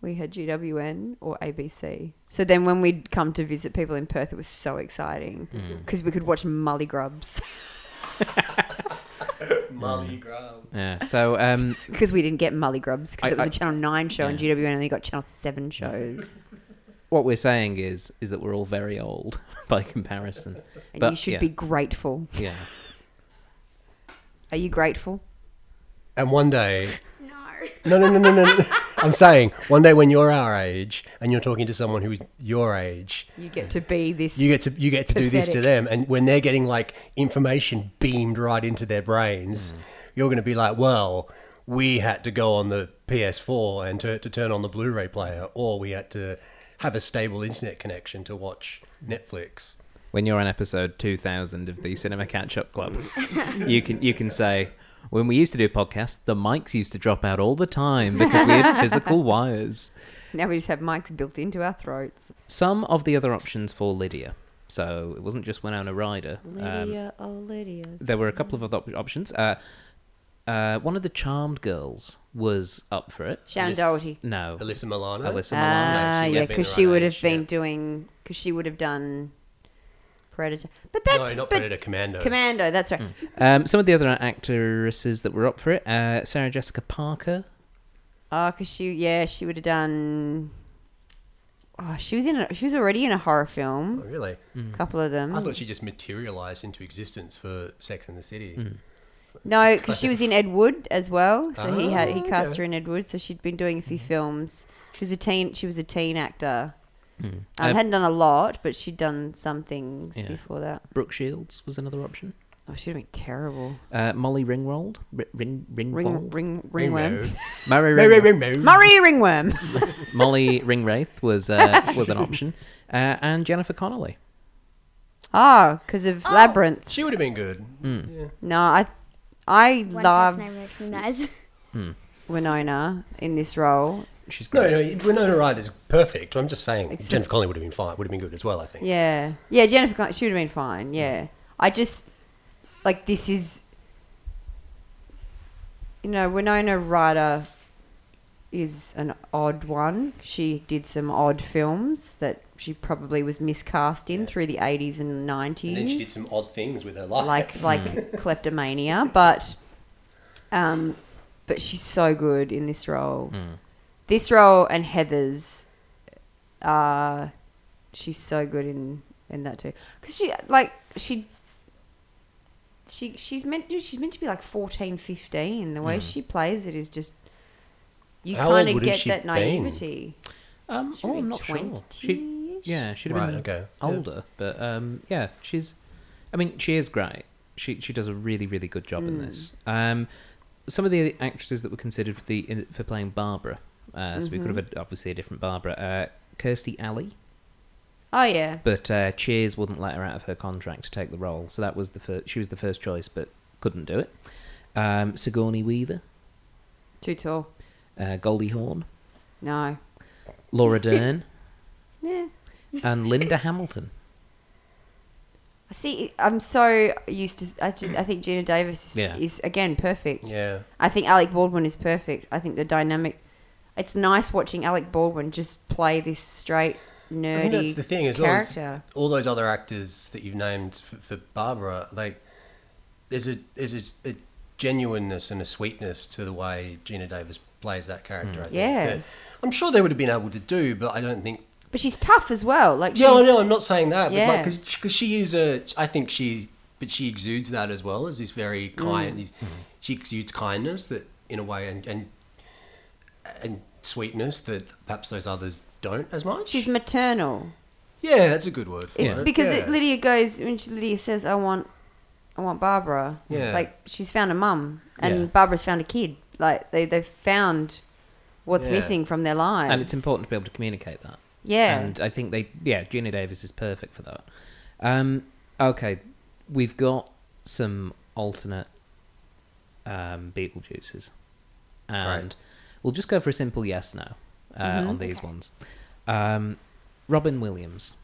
S2: We had GWN or ABC. So then when we'd come to visit people in Perth, it was so exciting
S1: Hmm.
S2: because we could watch Mully Grubs
S3: Molly Graham.
S1: Yeah. So um,
S2: because we didn't get Mully Grubs because
S1: I-
S2: it was
S1: I-
S2: a Channel 9 show and GWN only got Channel 7 shows.
S1: what we're saying is is that we're all very old by comparison.
S2: And
S1: But,
S2: you should
S1: yeah.
S2: be grateful.
S1: Yeah.
S2: Are you grateful?
S3: And one day,
S4: No.
S3: no, no, no, no, no, no. I'm saying one day when you're our age and you're talking to someone who is your age,
S2: You get to be this.
S3: you get to you get to do this to
S2: Pathetic.
S3: them, and when they're getting like information beamed right into their brains, you're going to be like, well, we had to go on the PS4 and to, to turn on the Blu-ray player, or we had to have a stable internet connection to watch Netflix.
S1: When you're on episode 2000 of the Cinema Catch Up Club, you can you can say. When we used to do podcasts, the mics used to drop out all the time because we had physical wires.
S2: now we just have mics built into our throats.
S1: Some of the other options for Lydia. So it wasn't just Winona Ryder. Um,
S2: oh Lydia.
S1: there were a couple of other op- options. Uh, uh, one of the Charmed girls was up for it.
S2: Shannon
S3: Yes.
S2: Doherty.
S1: No,
S3: Alyssa Milano.
S1: Alyssa Milano.
S2: Ah,
S3: she would
S2: yeah,
S3: have been
S2: because
S3: the
S2: she
S3: right
S2: would have
S3: age,
S2: been
S3: yeah.
S2: doing, because she would have done Predator. But that's
S3: no, not
S2: but
S3: Predator Hmm. Commando.
S2: Commando. That's right.
S1: Um, some of the other actresses that were up for it uh, Sarah Jessica Parker.
S2: Oh, cause she yeah she would have done. Oh, she was in a, she was already in a horror
S3: Oh,
S2: film.
S3: really?
S2: A couple of them.
S3: Hmm. I thought she just materialized into existence for Sex in the City.
S2: No, because she was in Ed Wood as well. So he had he
S3: Oh,
S2: cast
S3: okay. Hmm.
S2: her in Ed Wood. So she'd been doing a few films. She was a teen. She was a teen actor.
S3: Hmm.
S2: Um,
S1: Uh,
S2: hadn't done a lot, but she'd done some things
S1: Yeah.
S2: before that.
S1: Brooke Shields was another option.
S2: Oh, she'd have been terrible.
S1: Uh, Molly Ringwald. R- Ring,
S2: Ring,
S1: Ringwald.
S2: ring,
S3: Ringo.
S2: ringworm.
S1: Murray
S3: Ring,
S1: Ringwald.
S3: ring, ring, ring.
S2: Murray Ringworm.
S1: Molly Ringwraith was uh, was an option, uh, and Jennifer Connolly.
S2: oh, because of
S4: Oh.
S2: Labyrinth.
S3: She would have been good. Yeah.
S2: No, I, I
S4: One
S2: love
S4: person I recognize.
S2: Winona in this role.
S1: She's
S3: No,
S1: great.
S3: no, Winona Ryder is perfect. I'm just saying
S2: Except-
S3: Jennifer Connelly would have been fine. Would have been good as well, I think.
S2: Yeah, yeah. Jennifer, Con- she would have been fine. Yeah, I just like this is, you know, Winona Ryder is an odd one. She did some odd films that she probably was miscast in through the eighties and
S3: And then she did
S2: nineties,
S3: some odd things with her life.
S2: like like
S3: Hmm.
S2: kleptomania. But, um, but she's so good in this role.
S3: Hmm.
S2: This role and Heather's, uh, she's so good in in that too. Cause she like she. She she's meant to, she's meant to be like 14, 15. The way she plays it is just you
S3: Hmm. How old
S2: kind of
S3: would have
S2: get
S3: she
S2: that
S3: been?
S2: naivety.
S1: Um,
S2: Should
S1: oh,
S2: be
S1: I'm not sure. She,
S2: 20-ish?
S1: yeah, she'd have
S3: Right,
S1: been
S3: okay. Yeah.
S1: older, but um, yeah, she's. I mean, she is great. She she does a really really good job
S3: Hmm.
S1: in this. Um, some of the actresses that were considered for the in, for playing Barbara, uh, so we could
S3: Mm-hmm.
S1: have had obviously a different Barbara. Uh, Kirsty Alley,
S2: Oh yeah.
S1: but uh, Cheers wouldn't let her out of her contract to take the role, so that was the first. She was the first choice, but couldn't do it. Um, Sigourney Weaver,
S2: Too tall.
S1: uh, Goldie Hawn,
S2: No.
S1: Laura Dern,
S2: Yeah.
S1: and Linda Hamilton.
S2: I see. I'm so used to. I, ju- I think Gina Davis is,
S1: Yeah.
S2: is again perfect.
S3: Yeah.
S2: I think Alec Baldwin is perfect. I think the dynamic. It's nice watching Alec Baldwin just play this straight nerdy
S3: I think that's the thing as well. is
S2: character.
S3: All those other actors that you've named for, for Barbara, like there's a there's a, a genuineness and a sweetness to the way Gina Davis plays that character. I think,
S2: Yeah.
S3: that I'm sure they would have been able to do, but I don't think.
S2: But she's tough as well. Like
S3: Yeah,
S2: she's,
S3: no, I'm not saying that. Yeah.
S2: Yeah.
S3: Because she is a, I think she, but she exudes that as well as this
S2: Mm.
S3: very kind. these- She exudes kindness that, in a way, and and and sweetness that perhaps those others don't as much.
S2: she's maternal.
S3: yeah, that's a good word. for
S2: It's
S3: it.
S2: because it,
S3: Yeah.
S2: Lydia goes when she, Lydia says, "I want, I want Barbara."
S3: Yeah.
S2: Like she's found a mum, and
S1: Yeah.
S2: Barbara's found a kid. Like they they've found what's
S3: Yeah.
S2: missing from their lives,
S1: and it's important to be able to communicate that.
S2: Yeah.
S1: and I think they, yeah, Gina Davis is perfect for that. Um, okay, we've got some alternate um, Beetlejuices, and
S3: Right. Mm-hmm.
S1: we'll just go for a simple yes no uh, on these ones. Um, Robin Williams,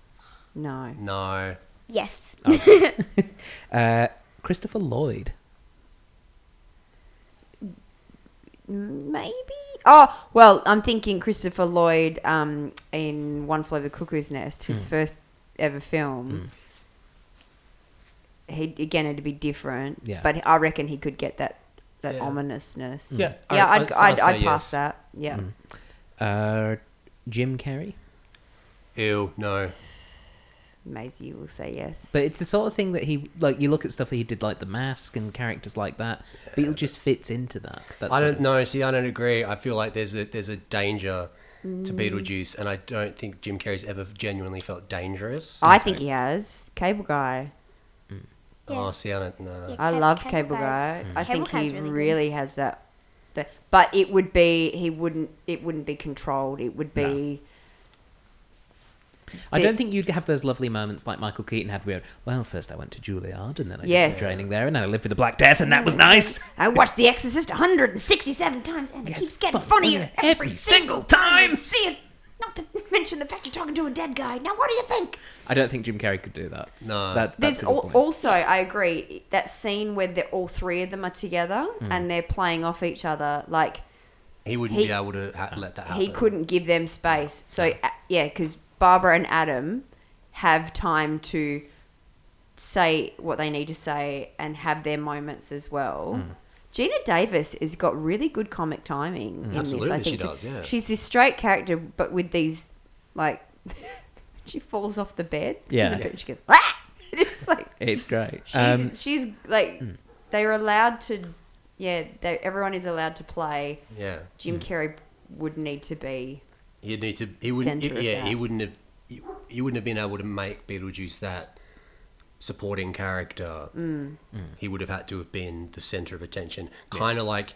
S2: no.
S3: No.
S4: yes.
S1: uh, Christopher Lloyd,
S2: Maybe. Oh well, I'm thinking Christopher Lloyd um, in One Flew Over the Cuckoo's Nest, his first ever film. He again it'd be different,
S1: Yeah.
S2: but I reckon he could get that that
S3: Yeah.
S2: ominousness.
S3: Yeah, I-
S2: yeah, I'd
S3: I'd-
S2: I'd,
S3: so
S2: I'd,
S3: I'd say
S2: pass
S3: yes.
S2: that. Yeah,
S1: uh, Jim Carrey.
S3: Ew, no.
S2: Maisie will say yes.
S1: But it's the sort of thing that he like. You look at stuff that he did, like The Mask and characters like that. Beetlejuice fits into that. That's
S3: I don't know. See, I don't agree. I feel like there's a there's a danger
S2: Mm.
S3: to Beetlejuice, and I don't think Jim Carrey's ever genuinely felt dangerous.
S2: I think he has Cable Guy.
S3: Oh, see, I don't know.
S4: Yeah.
S2: I
S4: Cab-
S2: love
S4: Cable
S2: Cable Guy.
S4: Guy's-
S2: I
S4: Cable
S2: think
S4: Guy's
S2: he
S4: really
S2: really,
S4: good.
S2: has that, that. But it would be he wouldn't. It wouldn't be controlled. It would
S1: No.
S2: be
S1: I
S2: They-
S1: don't think you'd have those lovely moments like Michael Keaton had where, well, first I went to Juilliard and then I did
S2: Yes.
S1: some training there and then I lived with the Black Death and that was nice.
S2: I watched The Exorcist 167
S4: times and it
S1: Yes,
S4: keeps getting
S1: fun-
S4: funnier
S1: every single time.
S4: you See it. Not to mention the fact you're talking to a dead guy. Now, what do you think?
S1: I don't think Jim Carrey could do that.
S3: No.
S1: That, that's
S2: There's
S1: a good
S2: al-
S1: point.
S2: also, I agree, that scene where the, all three of them are together
S1: Mm.
S2: and they're playing off each other, like
S3: He wouldn't
S2: He-
S3: be able to ha- let that happen.
S2: he couldn't give them space. So, uh, yeah, because Barbara and Adam have time to say what they need to say and have their moments as well.
S3: Hmm.
S2: Gina Davis has got really good comic timing in this. I
S3: Hmm. Absolutely, she
S2: think
S3: does, yeah.
S2: she's this straight character, but with these like she falls off the bed. in
S1: Yeah.
S2: the bed, she goes ah! It's like
S1: It's great. Um,
S2: she,
S3: um,
S2: she's like
S3: hmm.
S2: they are allowed to. Yeah, they, everyone is allowed to play.
S3: Yeah.
S2: Jim Carrey would need to be
S3: He'd need to. He wouldn't.
S2: Centre of
S3: yeah, he
S2: that.
S3: wouldn't have. He, he wouldn't have been able to make Beetlejuice that supporting character.
S2: Mm.
S3: He would have had to have been the center of attention, kind of like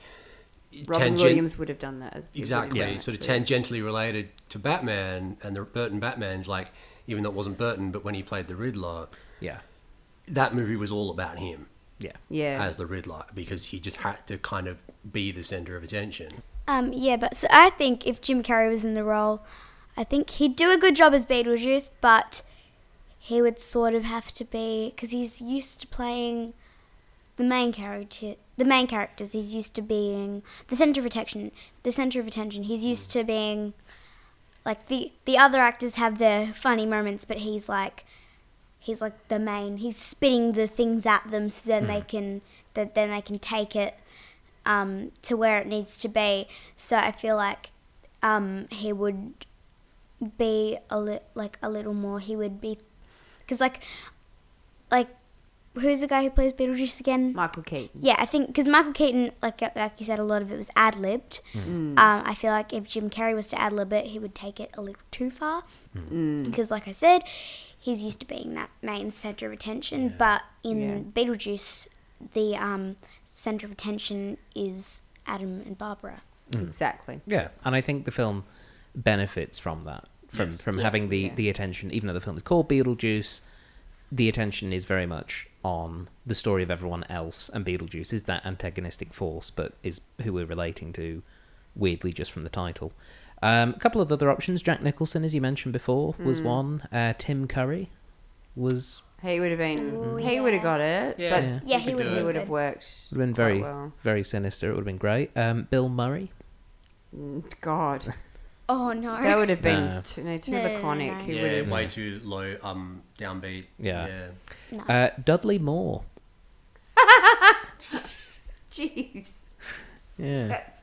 S2: Robin
S3: tangent-
S2: Williams would have done that as
S3: Exactly,
S2: Yeah.
S3: sort of tangentially related to Batman and the Burton Batman's like, even though it wasn't Burton, but when he played the Riddler,
S1: yeah,
S3: that movie was all about him
S1: yeah.
S2: Yeah,
S3: as the Riddler because he just had to kind of be the center of attention.
S4: Um, yeah, but so I think if Jim Carrey was in the role, I think he'd do a good job as Beetlejuice, but he would sort of have to be because he's used to playing the main character, the main characters. He's used to being the center of attention, the center of attention. He's used to being like the the other actors have their funny moments, but he's like he's like the main. He's spitting the things at them so then they can that then they can take it um, to where it needs to be. So I feel like um, he would be a li- like a little more. He would be because like like who's the guy who plays Beetlejuice again?
S2: Michael Keaton.
S4: Yeah, I think because Michael Keaton, like uh, like you said, a lot of it was ad libbed.
S2: Mm.
S4: Um, I feel like if Jim Carrey was to ad lib it, he would take it a little too far.
S2: Mm.
S4: Because, like I said, he's used to being that main center of attention. But in
S2: Yeah.
S4: Beetlejuice, the um, center of attention is Adam and Barbara.
S2: Exactly.
S1: Yeah, and I think the film benefits from that, from
S3: Yes.
S1: from having the
S2: Yeah.
S1: the attention. Even though the film is called Beetlejuice, the attention is very much on the story of everyone else, and Beetlejuice is that antagonistic force, but is who we're relating to, weirdly just from the title. Um, a couple of other options: Jack Nicholson, as you mentioned before, was one. Uh, Tim Curry was
S2: He would have been.
S4: Ooh,
S2: he
S4: yeah.
S2: would have got it.
S3: Yeah.
S2: But
S1: Yeah.
S4: Oh, Yeah, he would
S3: do
S2: He
S4: have
S2: would
S4: been
S2: have
S4: good.
S2: worked.
S1: would have been
S2: quite
S1: very
S2: well.
S1: very sinister. It would have been great. Um, Bill Murray.
S2: Mm, God,
S4: Oh no!
S2: that would have been
S1: No.
S2: too, no, too
S4: No, no, no,
S2: laconic.
S4: no.
S2: He
S3: yeah,
S2: would have.
S3: way too low, um, downbeat.
S1: Yeah.
S4: no.
S1: Uh, Dudley Moore.
S2: Jeez,
S1: Yeah.
S2: that's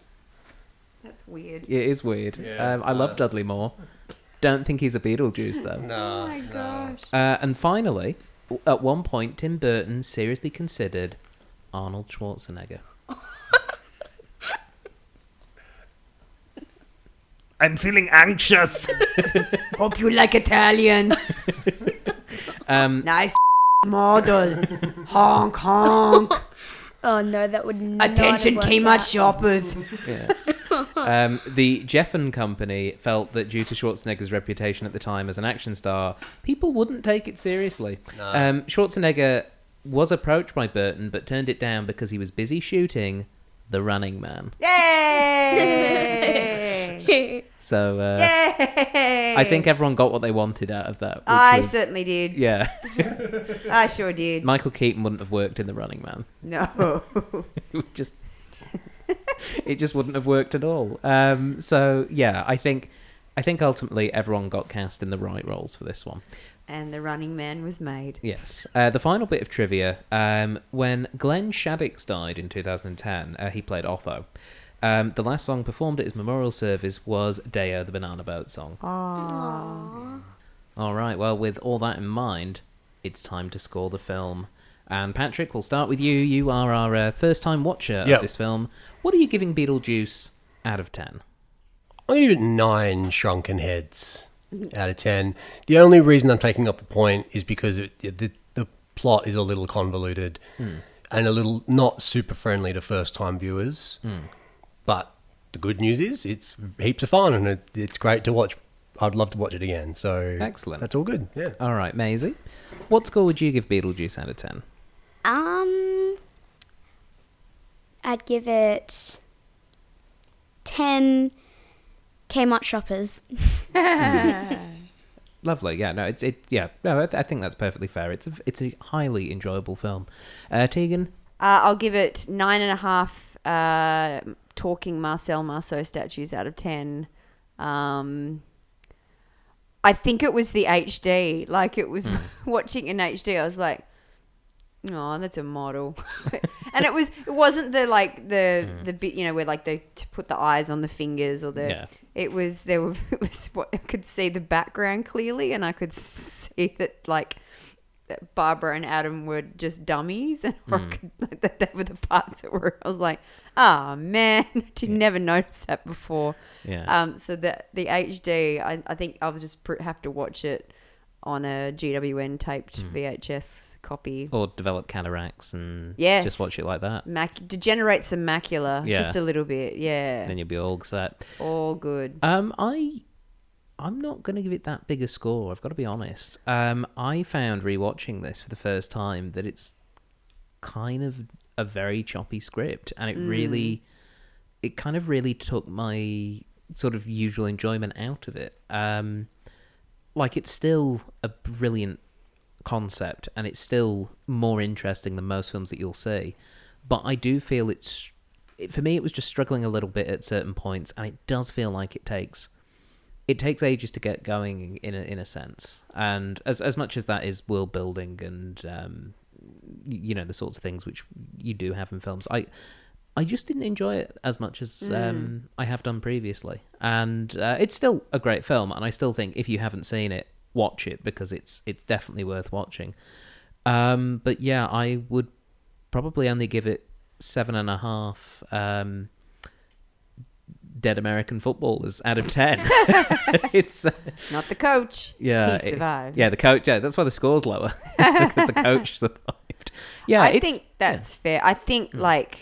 S2: that's weird.
S1: It is weird.
S3: Yeah,
S1: um, I
S3: uh,
S1: love Dudley Moore. Don't think he's a Beetlejuice though.
S2: oh
S3: No,
S2: my
S3: no.
S2: gosh.
S1: Uh, and finally, w- at one point, Tim Burton seriously considered Arnold Schwarzenegger.
S5: I'm feeling anxious.
S2: Hope you like Italian.
S1: Um,
S2: nice model. honk honk.
S4: oh no, that would not have
S2: Attention,
S4: worked
S2: Kmart
S4: out.
S2: shoppers.
S1: yeah. um, the Jeffen Company felt that due to Schwarzenegger's reputation at the time as an action star, people wouldn't take it seriously.
S3: No.
S1: Um, Schwarzenegger was approached by Burton but turned it down because he was busy shooting The Running Man.
S2: Yay!
S1: So uh,
S2: Yay!
S1: I think everyone got what they wanted out of that. which
S2: I
S1: was-
S2: certainly did.
S1: yeah.
S2: I sure did.
S1: Michael Keaton wouldn't have worked in The Running Man.
S2: No.
S1: It would just it just wouldn't have worked at all. Um, so yeah, I think I think ultimately everyone got cast in the right roles for this one.
S2: and the running man was made.
S1: Yes. Uh, the final bit of trivia: um, when Glenn Shaddix died in 2010, uh, he played Otho. Um, the last song performed at his memorial service was Deo the Banana Boat song. All right, well, with all that in mind, it's time to score the film. And Patrick, we'll start with you. You are our uh, first time watcher
S3: Yep.
S1: of this film. What are you giving Beetlejuice out of 10?
S3: I'm gonna give it nine shrunken heads out of ten. The only reason I'm taking up a point is because it, it- the the plot is a little convoluted and a little not super friendly to first time viewers. But the good news is it's heaps of fun and it, it's great to watch. I'd love to watch it again. So
S1: Excellent.
S3: That's all good. Yeah.
S1: All right, Maisie. What score would you give Beetlejuice out of 10?
S4: Um, I'd give it ten Kmart shoppers.
S1: Lovely, yeah, no, it's it, yeah, no, I, th- I think that's perfectly fair. It's a, it's a highly enjoyable film. Uh, Tegan,
S2: Uh, I'll give it nine and a half uh, talking Marcel Marceau statues out of ten. Um, I think it was the HD. Like it was watching in HD. I was like, Oh, that's a model. and it was it wasn't the like the the bit you know where like they t- put the eyes on the fingers or the
S1: Yeah.
S2: it was there were it was what I could see the background clearly and I could see that like that Barbara and Adam were just dummies and or
S1: Hmm.
S2: I could, like, that they were the parts that were I was like ah man I did never notice that before
S1: Yeah.
S2: um so the the HD I, I think I'll just pr- have to watch it on a GWN taped
S1: Hmm.
S2: VHS copy
S1: or develop cataracts and
S2: Yes.
S1: just watch it like that.
S2: Mac- degenerates the macula
S1: Yeah.
S2: just a little bit. Yeah.
S1: Then you'll be all set.
S2: All good.
S1: Um, I, I'm not going to give it that big a score. I've got to be honest. Um, I found rewatching this for the first time that it's kind of a very choppy script, and it really, it kind of really took my sort of usual enjoyment out of it. Um, like it's still a brilliant concept, and it's still more interesting than most films that you'll see. But I do feel it's it, for me, it was just struggling a little bit at certain points, and it does feel like it takes it takes ages to get going in a, in a sense. And as as much as that is world building and um, y- you know the sorts of things which you do have in films, I I just didn't enjoy it as much as
S2: Mm.
S1: um, I have done previously. And uh, it's still a great film, and I still think if you haven't seen it, watch it because it's it's definitely worth watching. Um, but yeah, I would probably only give it seven and a half um, dead American footballers out of ten. it's uh,
S2: Not the coach.
S1: yeah,
S2: He
S1: Uh, it-
S2: survived.
S1: yeah, the coach. Yeah, that's why the score's lower because the coach survived. Yeah, Hmm.
S2: I
S1: it's,
S2: think that's fair. I think, like,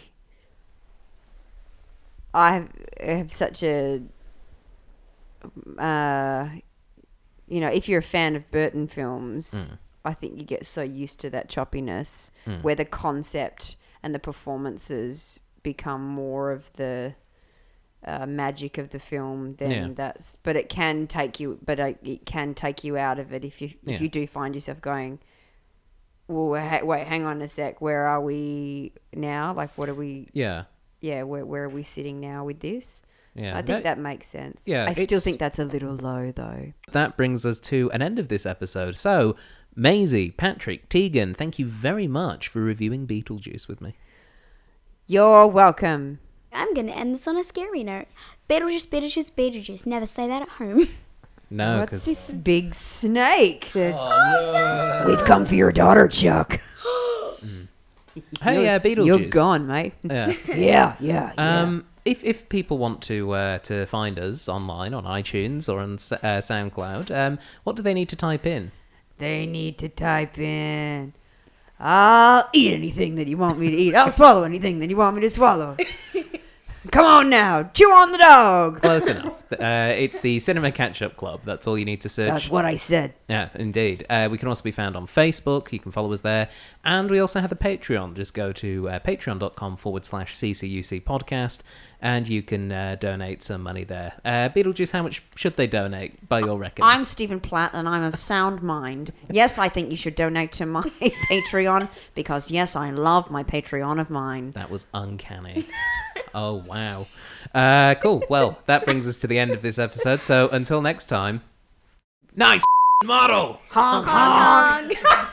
S2: I have, I have such a. Uh, you know, if you're a fan of Burton films,
S1: Hmm.
S2: I think you get so used to that choppiness where the concept and the performances become more of the uh, magic of the film than
S1: Yeah.
S2: that's. But it can take you, but I, it can take you out of it if you if
S1: Yeah.
S2: you do find yourself going. Well, ha- wait, hang on a sec. Where are we now? Like, what are we?
S1: yeah,
S2: Yeah, where where are we sitting now with this?
S1: yeah.
S2: I think that makes sense.
S1: yeah,
S2: I still
S1: it's-
S2: think that's a little low though.
S1: that brings us to an end of this episode. So, Maisie, Patrick, Tegan, thank you very much for reviewing Beetlejuice with me.
S2: You're welcome.
S4: I'm gonna end this on a scary note. Beetlejuice, Beetlejuice, Beetlejuice. Never say that at home.
S1: No, Oh,
S2: What's
S1: because
S2: this big snake? That's... We've come for your daughter, Chuck.
S1: hey, yeah, Beetlejuice.
S2: You're gone, mate.
S1: Yeah.
S2: yeah, yeah.
S1: Um, if if people want to uh, to find us online on iTunes or on S- uh, SoundCloud, um, what do they need to type in?
S2: They need to type in. I'll eat anything that you want me to eat. I'll swallow anything that you want me to swallow. Come on now, chew on the dog.
S1: Close enough. Uh, it's the Cinema Catch Up Club. That's all you need to
S2: That's
S1: search.
S2: what I said.
S1: Yeah, indeed. Uh, we can also be found on Facebook. You can follow us there. And we also have a Patreon. Just go to uh, patreon.com forward slash CCUC podcast and you can uh, donate some money there. Uh, Beetlejuice, how much should they donate by your reckoning?
S2: I'm Stephen Platt and I'm of sound mind. Yes, I think you should donate to my Patreon because, yes, I love my Patreon of mine.
S1: That was uncanny. oh, wow. Uh, cool. Well, that brings us to the end of this episode. So until next time. Nice model!
S2: Honk, honk.